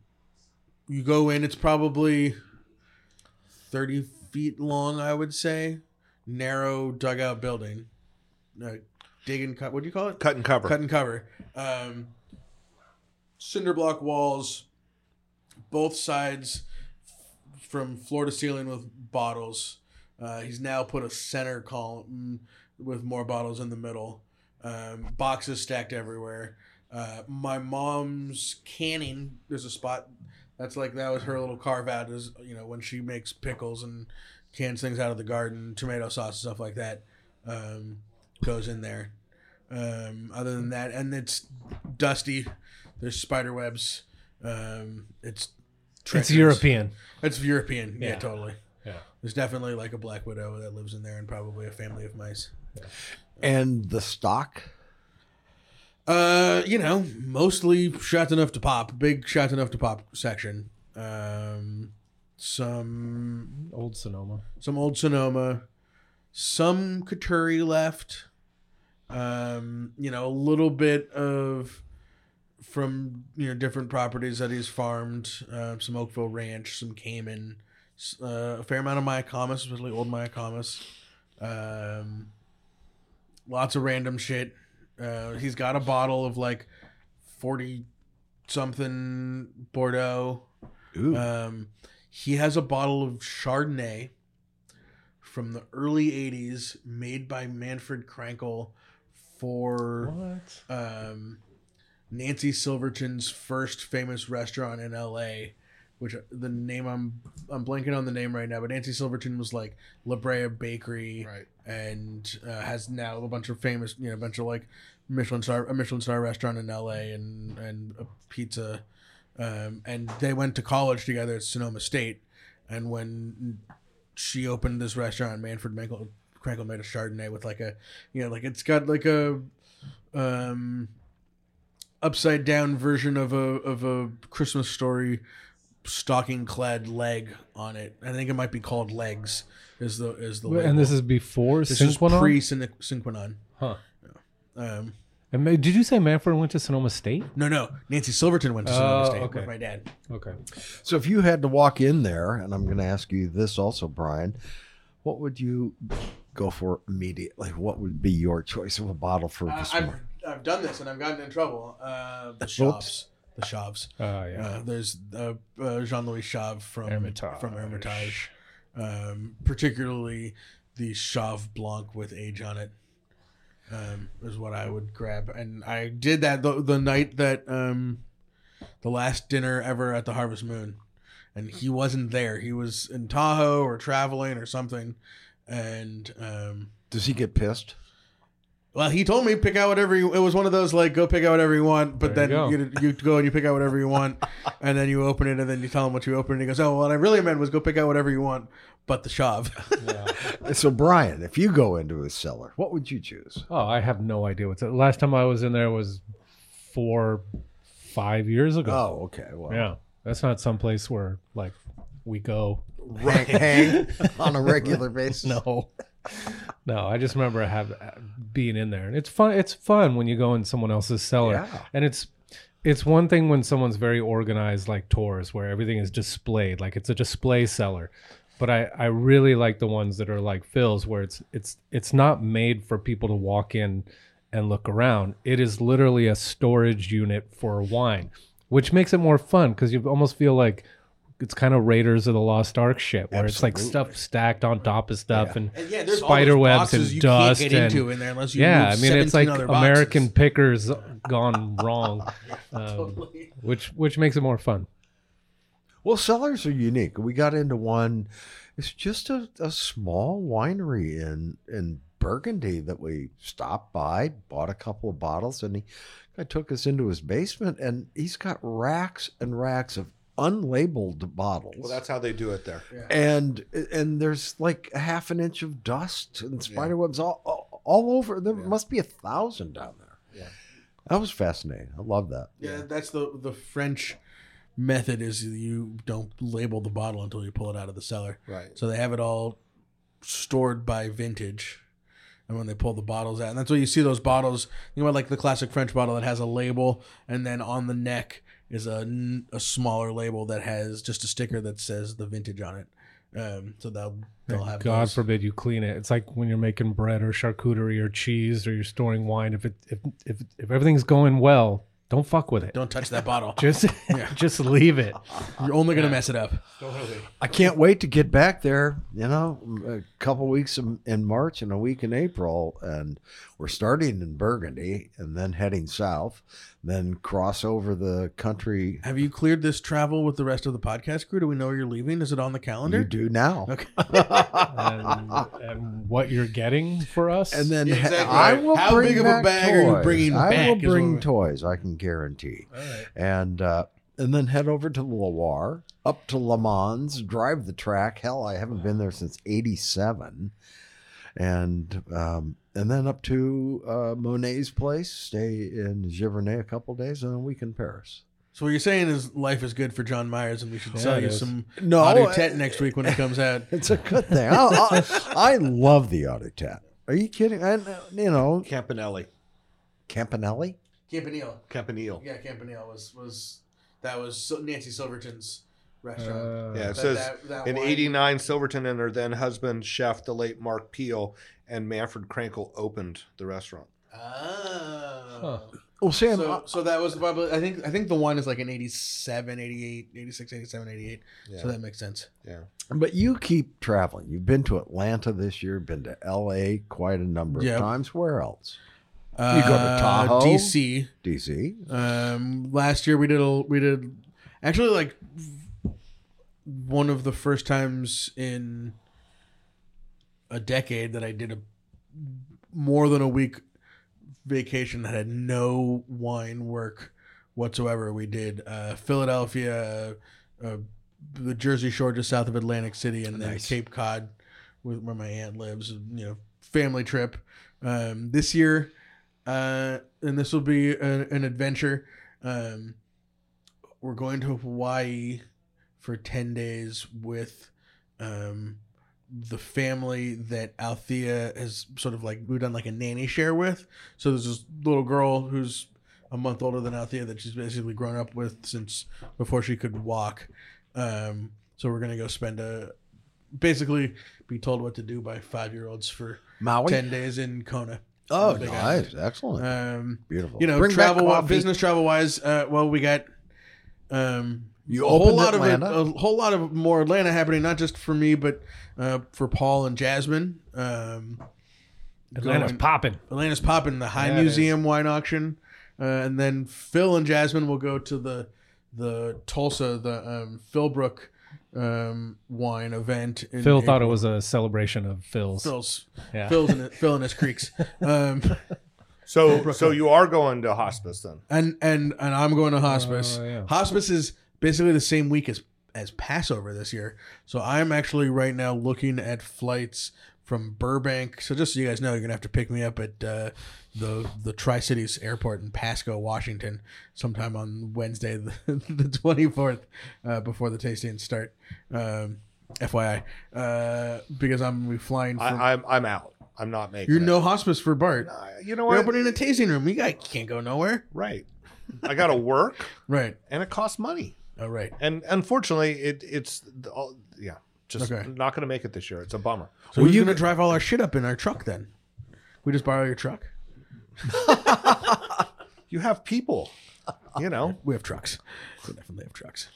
you go in. It's probably thirty feet long, I would say. Narrow dugout building, uh, dig and cut. What do you call it? cut and cover. Cut and cover. Um, cinder block walls, both sides f- from floor to ceiling with bottles. Uh, he's now put a center column with more bottles in the middle. Um, boxes stacked everywhere. Uh, my mom's canning. There's a spot that's like that was her little carve out. Is you know when she makes pickles and cans things out of the garden, tomato sauce stuff like that um, goes in there um, other than that and it's dusty there's spider webs um, it's It's treacherous. European. it's european yeah, Yeah. totally Yeah. there's definitely like a black widow that lives in there and probably a family of mice and the stock. uh you know mostly shots enough to pop big shots enough to pop section um some Old Sonoma. some old sonoma some katuri left um, you know, a little bit of from you know different properties that he's farmed, uh, some Oakville Ranch, some Cayman, s- uh, a fair amount of Mayacamas, especially old Mayacamas. Um, lots of random shit. Uh, he's got a bottle of like forty something Bordeaux. Ooh. Um, he has a bottle of Chardonnay from the early 80s made by Manfred Krankel for What? um, Nancy Silverton's first famous restaurant in LA, which uh, the name I'm I'm blanking on the name right now, but Nancy Silverton was like La Brea Bakery, Right. and uh, has now a bunch of famous, you know, a bunch of like Michelin star a Michelin star restaurant in LA and and a pizza, um, and they went to college together at Sonoma State, and when she opened this restaurant, Manfred Mankel. Crankle made a Chardonnay with like a, you know, like it's got like a um upside down version of a of a Christmas story stocking clad leg on it. I think it might be called legs is the is the label. And this is before this is Sinquanon. pre Cinquanon. huh. Um And ma- did you say Manfred went to Sonoma State? no no Nancy Silverton went to Sonoma Oh, State okay. with my dad. Okay. So if you had to walk in there, and I'm going to ask you this also, Brian, what would you go for immediately? What would be your choice of a bottle for Uh, this I've morning? I've done this and I've gotten in trouble. Uh the shops. The shops. Oh yeah. Uh, there's uh, uh, Jean Louis Chave from Hermitage. from Hermitage, um, particularly the Chave Blanc with age on it um, is what I would grab, and I did that the, the night that um, the last dinner ever at the Harvest Moon, and he wasn't there. He was in Tahoe or traveling or something, and um, Does he get pissed? well, he told me pick out whatever you. It was one of those like go pick out whatever you want, but There you then you you, go and you pick out whatever you want, and then you open it, and then you tell him what you opened. And he goes, "Oh, what I really meant was go pick out whatever you want, but the shav." So Brian, if you go into his cellar, what would you choose? Oh, I have no idea what's. The last time I was in there was four, five years ago. Oh, okay. Well, Yeah, that's not someplace where like we go. hang, hang on a regular basis. No, no. I just remember have being in there, and it's fun. It's fun when you go in someone else's cellar, Yeah. and it's it's one thing when someone's very organized like tours where everything is displayed like it's a display seller but i i really like the ones that are like phil's where it's it's it's not made for people to walk in and look around it is literally a storage unit for wine which makes it more fun because you almost feel like it's kind of Raiders of the Lost Ark shit, where it's like stuff stacked on top of stuff and, And yeah, there's all spider those webs boxes and you can't dust get and into in there unless you yeah, move I mean 17 it's like other boxes. American pickers gone wrong, um, which which makes it more fun. Well, cellars are unique. We got into one. It's just a, a small winery in in Burgundy that we stopped by, bought a couple of bottles, and he guy took us into his basement, and he's got racks and racks of unlabeled bottles. Well, that's how they do it there. and and there's like a half an inch of dust and spider webs all, all all over. There must be a thousand down there. Yeah, that was fascinating. I love that. Yeah, that's the the French method is you don't label the bottle until you pull it out of the cellar. Right. So they have it all stored by vintage. And when they pull the bottles out, and that's why you see those bottles. You know, like the classic French bottle that has a label, and then on the neck is a, n- a smaller label that has just a sticker that says the vintage on it. Um, so they'll they'll have God those. forbid you clean it. It's like when you're making bread or charcuterie or cheese or you're storing wine. If it if if, if everything's going well, don't fuck with it. Don't touch that bottle. Just just leave it. You're only gonna mess it up. I can't wait to get back there. You know, a couple weeks in, in March and a week in April, and we're starting in Burgundy and then heading south, then cross over the country. Have you cleared this travel with the rest of the podcast crew? Do we know you're leaving? Is it on the calendar? You do now, Okay. And, and what you're getting for us, and then Yeah, exactly. I will How bring big of a back bag are you toys. bringing I back is will bring what- toys. I can guarantee. and uh, and then head over to the Loire, up to Le Mans, drive the track. Hell, I haven't been there since '87, and um, and then up to uh, Monet's place, stay in Giverny a couple days, and a week in Paris. So what you're saying is life is good for John Myers, and we should it sell you is. some No, Auto I- Tet next week when it comes out. It's a good thing. I, I, I love the Auditat. Are you kidding? I, you know Campanelli, Campanelli. Campanile, Campanile. yeah, Campanile was was that was so- Nancy Silverton's restaurant. Uh, Yeah, it That- says that- that in wine- '89, Silverton and her then husband, chef the late Mark Peel, and Manfred Krankel opened the restaurant. Ah. Well, Sam, uh, So, so that was probably I think I think the one is like an 87, 88, 86, 87, 88. So that makes sense. Yeah, But you keep traveling. You've been to Atlanta this year, been to LA quite a number Yeah. of times. Where else? Uh, go to Tahoe? DC. DC. Um, last year we did a we did actually like one of the first times in a decade that I did a more than a week vacation that had no wine work whatsoever. We did uh, Philadelphia, uh, the Jersey Shore just south of Atlantic City, and then Cape Cod, wh- where my aunt lives. You know, family trip. Um, this year, uh, and this will be an, an adventure. Um, we're going to Hawaii for ten days with um, the family that Althea has sort of like we've done like a nanny share with. So there's this little girl who's a month older than Althea that she's basically grown up with since before she could walk. Um, so we're gonna go spend a basically be told what to do by five year olds for Maui. ten days in Kona. oh, Big nice. Excellent. island. Um, Beautiful. you know, Bring back travel coffee. business travel wise. Uh, well, we got um, You a whole opened lot Atlanta? of it, a whole lot of more Atlanta happening, not just for me, but uh, for Paul and Jasmine. Um, Atlanta's going- popping. Atlanta's popping the High Museum wine auction, uh, and then Phil and Jasmine will go to the the Tulsa the um, Philbrook um, wine event. In Phil thought it April. was a celebration of Phil's. Phil's Yeah. Phil's in it, Phil and his creeks. Um, So, so you are going to hospice then? and and and I'm going to hospice. Oh, yeah. Hospice is basically the same week as as Passover this year. So I'm actually right now looking at flights from Burbank. So just so you guys know, you're gonna have to pick me up at uh, the the Tri Cities Airport in Pasco, Washington, sometime on Wednesday the, the 24th uh, before the tastings start. Um, FYI, uh, because I'm gonna be flying. From, I, I'm I'm out. I'm not making. you're it. no hospice for Bart. Uh, You know You're what? opening a tasting room. You guy can't go nowhere. Right. I got to work, Right. and it costs money. Oh, right. And unfortunately, it it's the- all, yeah, just Okay. not going to make it this year. It's a bummer. So who's gonna drive all our shit up in our truck then? We just borrow your truck. You have people, you know. We have trucks. We definitely have trucks.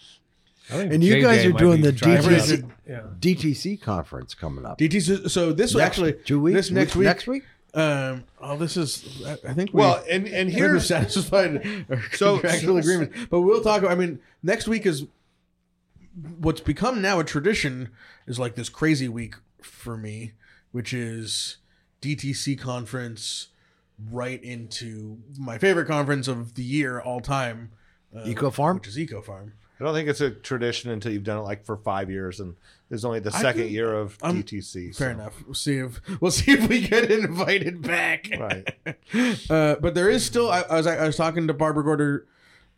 I think And you JJ guys are might doing be the driving DTC us. Yeah. DTC conference coming up. DT. So, so this Next- actually two weeks. This next week. Next week. Um. Oh, this is. I, I think. We, Well, and and I think we've here's satisfied our So- contractual so- agreement, but we'll talk. I mean, next week is what's become now a tradition is like this crazy week for me, which is DTC conference right into my favorite conference of the year all time, uh, Eco Farm? which is Eco Farm. I don't think it's a tradition until you've done it like for five years, and this is only the I second think- year of I'm- DTC. Fair so- enough. We'll see if we'll see if we get invited back. Right. Uh, but there is still. I, I was I was talking to Barbara Gorder.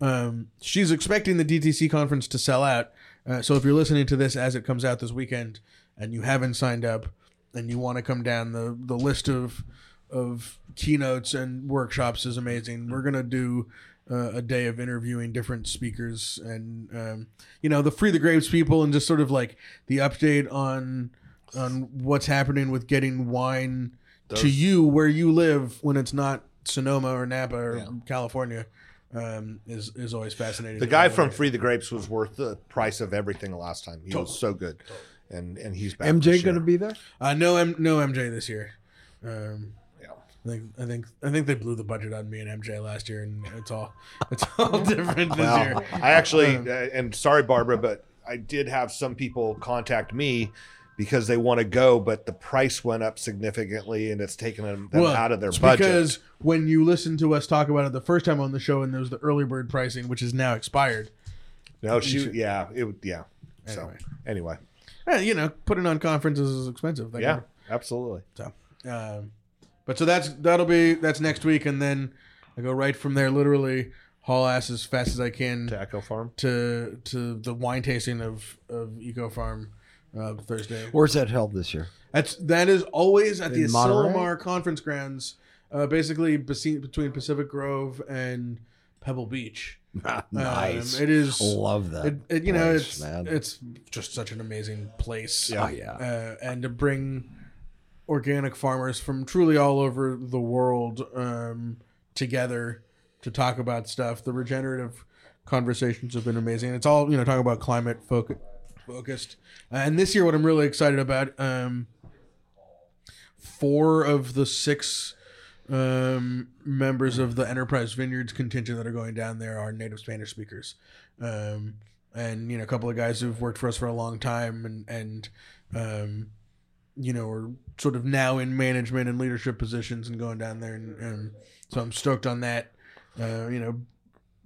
Um, she's expecting the DTC conference to sell out. Uh, so if you're listening to this as it comes out this weekend, and you haven't signed up, and you want to come down, the the list of of keynotes and workshops is amazing. We're gonna do uh, a day of interviewing different speakers, and um, you know the free the graves people, and just sort of like the update on on what's happening with getting wine to you where you live when it's not Sonoma or Napa or California um, is is always fascinating. The guy from Free the Grapes was worth the price of everything last time. He was so good, and and he's back. MJ this year. going to be there? uh, no M no MJ this year. Um, Yeah. I think I think I think they blew the budget on me and MJ last year, and it's all it's all different this Wow. year. I actually, Uh-huh. uh, and sorry, Barbara, but I did have some people contact me because they want to go, but the price went up significantly, and it's taken them, them out of their it's budget. Because when you listen to us talk about it the first time on the show, and there was the early bird pricing, which is now expired. no, she, yeah, it, would- yeah. Anyway. So anyway, Eh, you know, putting on conferences is expensive. That yeah, absolutely. So, um, but so that's that'll be that's next week, and then I go right from there. Literally haul ass as fast as I can To Echo Farm. to to the wine tasting of of Eco Farm uh, Thursday. Where's that held this year? That's that is always at the In Monterey? Silmar Conference Grounds, uh, basically bese- between Pacific Grove and Pebble Beach. nice. Um, it is. Love that. It, it, you know, place, it's man. it's just such an amazing place. oh yeah. Uh, and to bring organic farmers from truly all over the world um, together to talk about stuff. The regenerative conversations have been amazing. It's all you know, talking about climate foc- focused. and this year, what I'm really excited about, um, four of the six um, members of the Enterprise Vineyards contingent that are going down there are native Spanish speakers. Um, and you know, a couple of guys who've worked for us for a long time and and um, you know, are sort of now in management and leadership positions and going down there. And, and so I'm stoked on that. Uh, you know,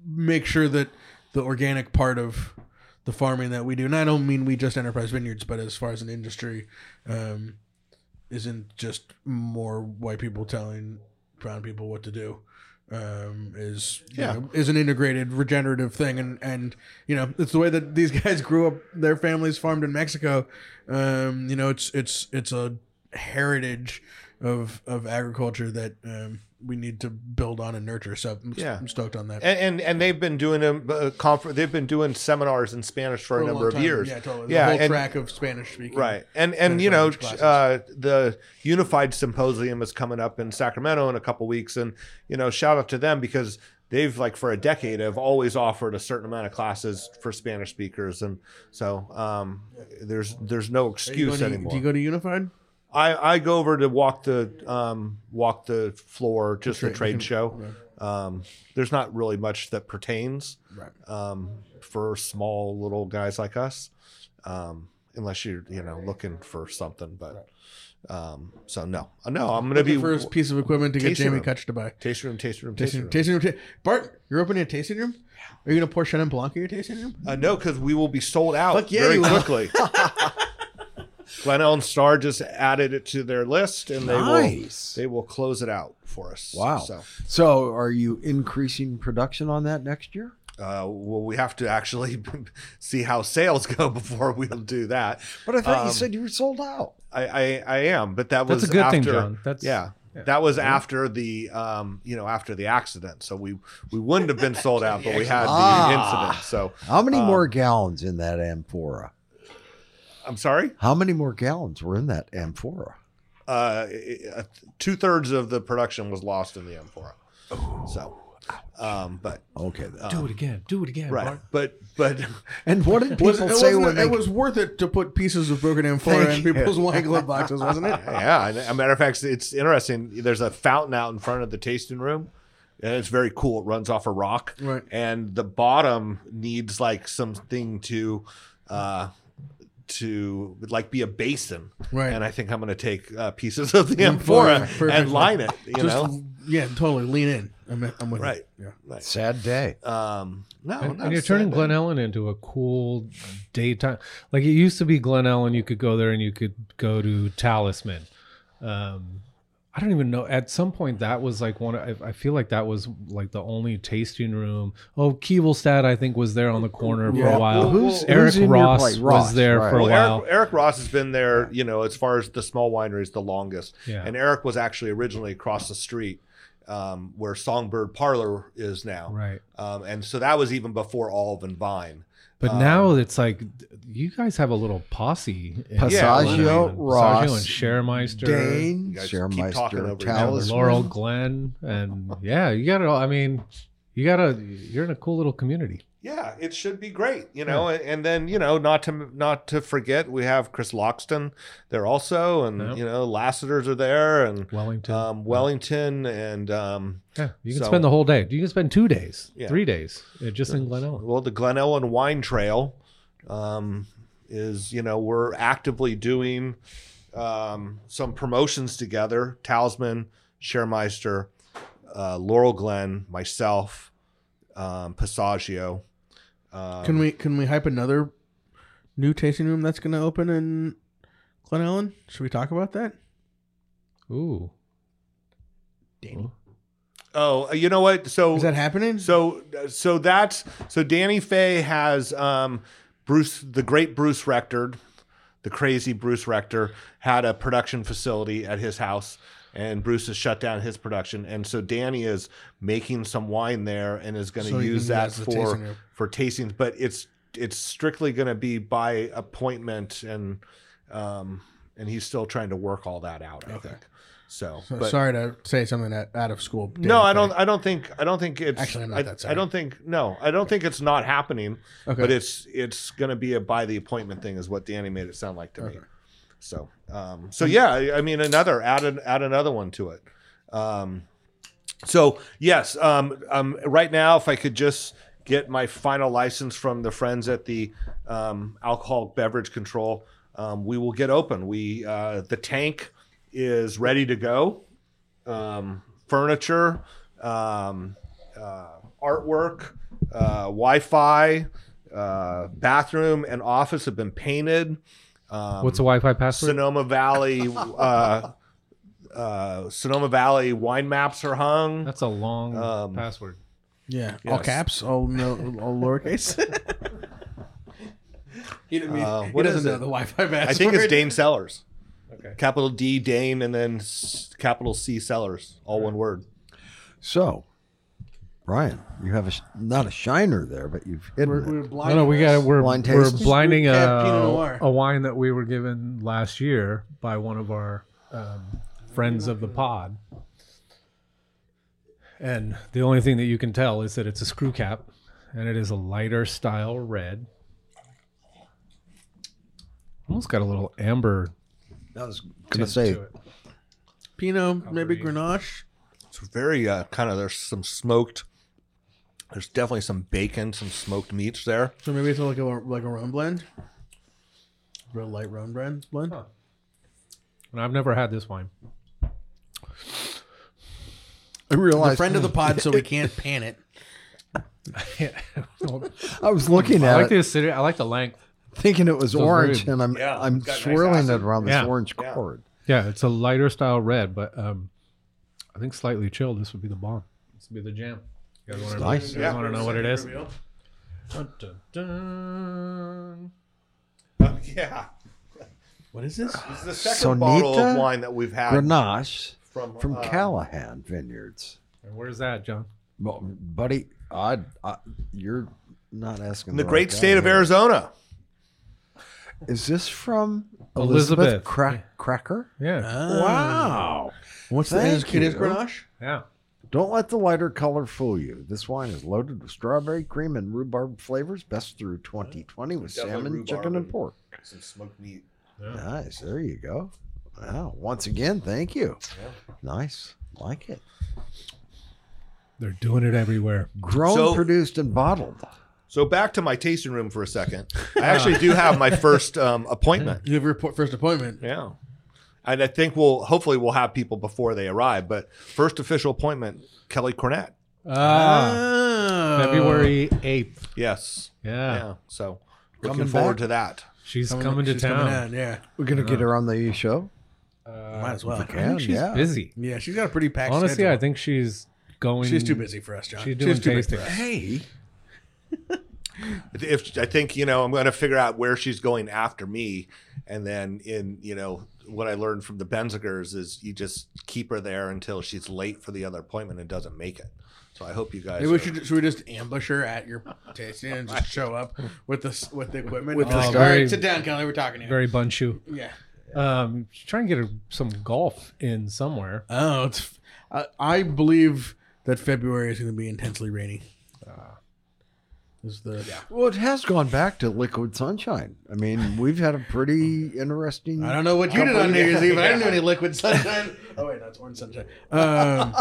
make sure that the organic part of the farming that we do, and I don't mean we just enterprise vineyards, but as far as an industry, um, isn't just more white people telling brown people what to do. Um, is you Yeah. know, is an integrated regenerative thing, and and you know it's the way that these guys grew up. Their families farmed in Mexico. Um, you know, it's it's it's a heritage of of agriculture that um, we need to build on and nurture. So I'm, Yeah. I'm stoked on that. And, and and they've been doing um, uh, confer- they've been doing seminars in Spanish for, For a long number of time. years. Yeah, totally. Yeah, the whole and- track of Spanish speaking. Right. And and Spanish you know, language classes. uh, the Unified Symposium is coming up in Sacramento in a couple weeks, and you know, shout out to them because they've like for a decade have always offered a certain amount of classes for Spanish speakers, and so um, there's there's Are no you going excuse to- anymore. Do you go to Unified? I I go over to walk the um, walk the floor, just a Trade- trade show. Right. Um, there's not really much that pertains Right. um, for small little guys like us, um, unless you're you know looking for something. But um, so no, no, I'm gonna Looking be for his piece of equipment to get tasting Jamie room. Kutch to buy. tasting room, tasting room, tasting Tasting, room. tasting room. ta- Bart, you're opening a tasting room. Are you going to pour Shannon Blanc in your tasting room? Uh, no, because we will be sold out Fuck yeah, very you will. quickly. Glen Ellen Star just added it to their list, and they Nice. will they will close it out for us. Wow. So. So, are you increasing production on that next year? Uh, well, we have to actually see how sales go before we'll do that. But I thought Um, you said you were sold out. I, I, I am, but that That's was a good after, thing, John. That's- yeah. That was after the um, you know after the accident, so we we wouldn't have been sold out, but we had the Ah. incident. So How Um, many more gallons in that amphora? I'm sorry, How many more gallons were in that amphora? uh, two thirds of the production was lost in the M4. So, um, but Okay. then. Do it again. Do it again. right, Bart. but but And what did people Was, it say wasn't- when they it was worth it to put pieces of broken amphora in Thank you. people's wine glove boxes, wasn't it? yeah, and a matter of fact, it's interesting. There's a fountain out in front of the tasting room, and it's very cool. It runs off a rock, Right. and the bottom needs like something to. Uh, to like be a basin, Right. And I think I'm going to take uh, pieces of Mm, the Amphora, amphora and perfect. line it. You know, yeah, totally lean in. I'm, I'm with you. Right. Yeah. Right. sad day? Um, no, And, no, and you're it's turning sad. Glen Ellen into a cool daytime. Like it used to be Glen Ellen, you could go there and you could go to Talisman. Um, I don't even know. At some point, that was like one. of- I, I feel like that was like the only tasting room. Oh, Kiebelstad, I think, was there on the corner for Yeah. a while. Well, who's, Uh, Eric who's in your Ross, plate? was there right. for a Well, while. Eric, Eric Ross has been there, you know, as far as the small wineries, the longest. Yeah. And Eric was actually originally across the street um, where Songbird Parlor is now. right. Um, and so that was even before Olive and Vine. But Um, now it's like you guys have a little posse. in Passaggio, Glen Ellen. Ross, Passaggio and Schermeister. Dane, You guys keep talking Schermeister, over each other. Talisman. Laurel Glen, and yeah, you got to. I mean, you got to. You're in a cool little community. Yeah, it should be great, you know. And, and then you know, not to not to forget, we have Chris Loxton there also, and Yep. you know, Lassiter's are there, and Wellington. um, Wellington, and um, yeah, you can so- spend the whole day. You can spend two days, Yeah. three days, uh, just in Glen Ellen. Well, the Glen Ellen Wine Trail um, is, you know, we're actively doing um, some promotions together. Talisman, Schermeister, uh, Laurel Glen, myself, um, Passaggio. Um, Can we can we hype another new tasting room that's going to open in Glen Ellen? Should we talk about that? Ooh, Danny, Oh, you know what? So is that happening? So so that's so Danny Fay has um, Bruce the great Bruce Rector, the crazy Bruce Rector had a production facility at his house and Bruce has shut down his production and so Danny is making some wine there and is going to So he use can that use the for tasting room. for tastings but it's it's strictly going to be by appointment and um and he's still trying to work all that out I think. So, So- but- sorry to say something out, out of school. Danny, no, I don't. but- I don't think. I don't think it's. Actually, I'm not I, that I don't think. No, I don't think it's not happening. Okay. But it's it's going to be a by the appointment thing, is what Danny made it sound like to me. So, um, so yeah, I, I mean, another add an, add another one to it. Um, so yes, um, um, right now, if I could just get my final license from the friends at the um, Alcoholic Beverage Control, um, we will get open. We uh, the tank is ready to go um, furniture, um, uh, artwork, uh, Wi Fi, uh, bathroom, and office have been painted. Um, what's a Wi-Fi password? Sonoma Valley? uh, uh, Sonoma Valley wine maps are hung. That's a long Um, password. Yeah, all Yes. caps, all no, all lowercase. he didn't mean, Uh, he what doesn't is know the it? Wi-Fi password. I think it's Dane Sellers. Okay. Capital D Dane and then s- capital C Sellers, all one word. So, Brian, you have a sh- not a shiner there, but you've hidden We're, it. we're No, blind. no, we got it. We're Blind we're taste. blinding Just a, recap Pinot Noir. a wine that we were given last year by one of our um, friends of the pod. And the only thing that you can tell is that it's a screw cap, and it is a lighter style red. Almost got a little amber. I was going to tint say to it. Pinot, maybe Grenache. It's very uh, kind of there's some smoked. There's definitely some bacon, some smoked meats there. So maybe it's like a like a rum blend, real light rum blend. Blend. and I've never had this wine. I realized A friend of the pod, so we can't pan it. I was looking I at like it, the acidity. I like the length. thinking it was very- orange, and I'm Yeah, I'm it's got nice swirling acid. it around Yeah. this orange cord. Yeah, it's a lighter style red, but um, I think slightly chilled. This would be the bomb. This would be the jam. You guys want to, nice. you guys want to know what it is? Dun, dun, dun. yeah. Uh, What is this? It's the second bottle of Sonita wine that we've had Grenache from from uh, Callahan Vineyards. And where's that, John? Well, buddy, I, I you're not asking in the right great guy state of here. Arizona. Is this from Elizabeth, Elizabeth. Cra- Cracker? Yeah, Uh. Wow! What's that? Thank It is, it is you. Grenache. yeah. Don't let the lighter color fool you. This wine is loaded with strawberry cream and rhubarb flavors, best through 2020 with Definitely salmon, rhubarb chicken, and and- pork. Some smoked meat. Nice. There you go. Wow. Once again, thank you. Nice. Like it. They're doing it everywhere. Grown, So- produced, and bottled. So back to my tasting room for a second. I actually do have my first um, appointment. You have your po- first appointment. Yeah. And I think we'll hopefully we'll have people before they arrive, but first official appointment, Kelly Cornett. Ah, Oh. February eighth. Yes. Yeah. Yeah. So Coming looking forward back? to that. she's coming, Coming- to she's town. coming in, yeah, Uh, We're going to get her on the show. might as well. I think she's yeah. busy. Yeah, she's got a pretty packed. Honestly, schedule. I think she's going. she's too busy for us, John. She's doing too busy tasting. for us. Hey. If I think, you know, I'm gonna figure out where she's going after me. And then in, you know, what I learned from the Benzingers is you just keep her there until she's late for the other appointment and doesn't make it. So I hope you guys Maybe we are- should, should we just ambush her at your tasting and just show up with the s- with the equipment? With the All star. right, sit down, Kelly. We're talking to you. Very bunchu. yeah. Um, she's trying to get her some golf in somewhere. Oh, it's. I, I believe that February is going to be intensely rainy. Uh, Is the Well, it has gone back to liquid sunshine. I mean, we've had a pretty interesting. I don't know what you did on New Year's Eve. but I didn't do any liquid sunshine. Oh wait, that's orange sunshine. Um,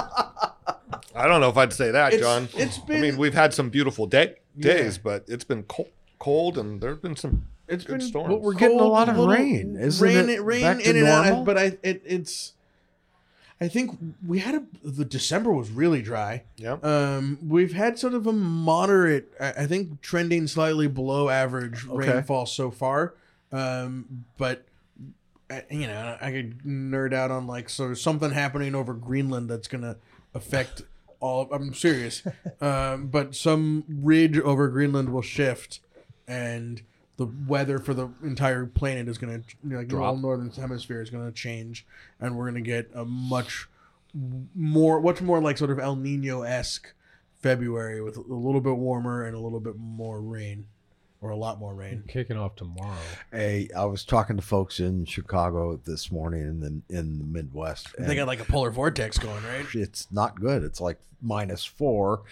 I don't know if I'd say that, It's- John. it's I been- mean, we've had some beautiful day, Yeah. days, but it's been cold, cold, and there's been some. it's Good been storms. well, We're getting a cold, lot of little rain, isn't rain, it? Rain Back to in and normal? out, but I it, it's. I think we had a the December was really dry. Yeah. Um, we've had sort of a moderate, I I think, trending slightly below average Okay. rainfall so far. Um, but uh, you know, I could nerd out on like so something happening over Greenland that's gonna affect all. I'm serious. um, but some ridge over Greenland will shift, and the weather for the entire planet is gonna you know, like the whole northern hemisphere is gonna change, and we're gonna get a much more what's more like sort of El Nino esque February with a little bit warmer and a little bit more rain, or a lot more rain. Kicking off tomorrow. Hey, I was talking to folks in Chicago this morning in the, in the Midwest. they and got like a polar vortex going, right? it's not good. It's like minus four,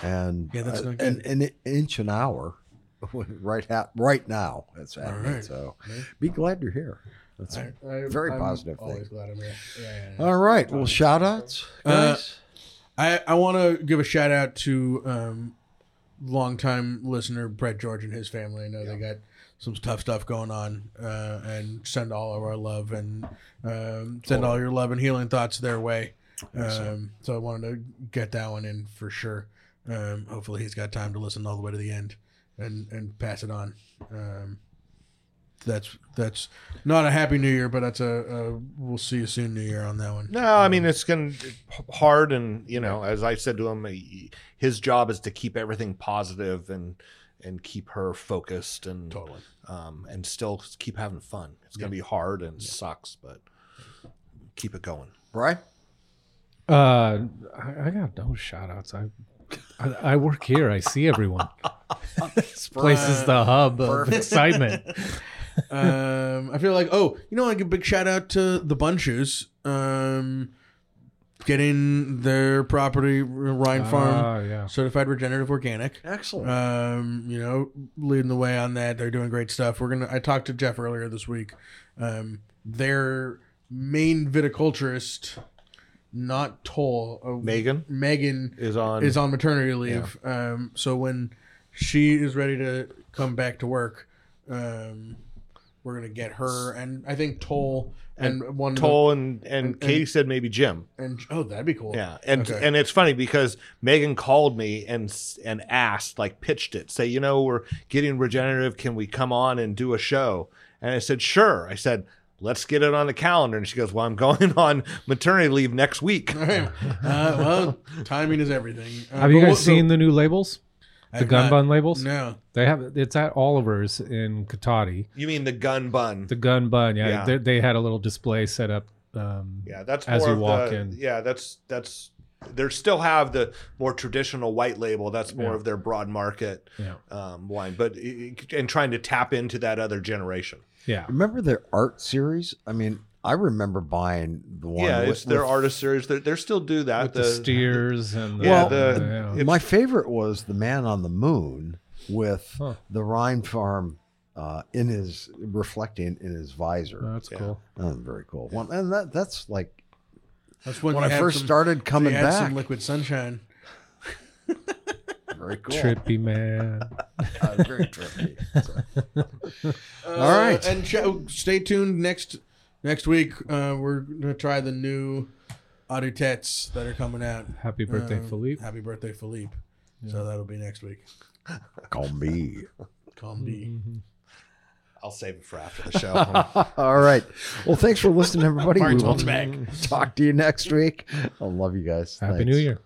and Yeah, that's uh, not an, good. an inch an hour right ha- right now. That's happening. right. So be glad you're here. That's very positive thing. glad I'm here. All right. Well, shout outs, Uh, guys. I, I want to give a shout out to um, longtime listener Brett George and his family. I know they got some tough stuff going on, uh, and send all of our love and um, send all your love and healing thoughts their way. Um, so I wanted to get that one in for sure. Um, hopefully, he's got time to listen all the way to the end and and pass it on. Um, that's that's not a happy New Year, but that's a, a we'll see you soon New Year on that one. No, I mean it's going hard, and you know, as I said to him, he- his job is to keep everything positive and and keep her focused and Totally. um, and still keep having fun. It's going to be hard and sucks, but keep it going. Right. Uh, I, I got no shout outs. I, I I work here. I see everyone. this place is the hub of excitement. um, I feel like oh, you know, like a big shout out to the Bunches, um, getting their property uh, Rhine Farm Ah, yeah. certified regenerative organic. Excellent. Um, you know, leading the way on that. They're doing great stuff. We're gonna. I talked to Jeff earlier this week. Um, their main viticulturist, not Toll, uh, Megan Megan is on. is on maternity leave. Um, so when she is ready to come back to work, um, we're gonna get her and I think Toll and, one of the- Toll and, and Katie said maybe Jim. and oh that'd be cool. Yeah, and Okay. and it's funny because Megan called me and s- and asked, like, pitched it, say, you know, we're getting regenerative. Can we come on and do a show? And I said, sure. I said, let's get it on the calendar. And she goes, well, I'm going on maternity leave next week. All right. Uh, well, timing is everything. Uh, Have you but guys we'll- so- seen the new labels? I The have gun not. bun labels? No. They have it's at Oliver's in Katati. You mean the gun bun? The gun bun, yeah. Yeah. They, they had a little display set up um, Yeah, that's As more you of walk the- in. Yeah, that's that's they still have the more traditional white label. That's more Yeah. of their broad market yeah, um, wine, but it- and trying to tap into that other generation. yeah. Remember their art series? I mean, I remember buying the one. yeah, with- it's their with- artist series. They they still do that. With the, steers and the, Yeah, yeah, the- It's- My favorite was the man on the moon with Huh. the Rhine farm uh, in his reflecting in his Oh, visor. that's Yeah. cool. That was a very cool one, and that that's like That's when, when we I had first some- started coming we had back. Some liquid sunshine. very cool, Trippy man. Uh, very trippy. So, All right, right. Uh, and ch- oh, stay tuned next next week. Uh, we're gonna try the new Auditets that are coming out. Happy birthday, Uh, Philippe. Happy birthday, Philippe. So that'll be next week. call me. Calm Mm-hmm. D. I'll save it for after the show. All right. Well, thanks for listening, everybody. we will Holzbeck. talk to you next week. I love you guys. Happy Thanks. New Year.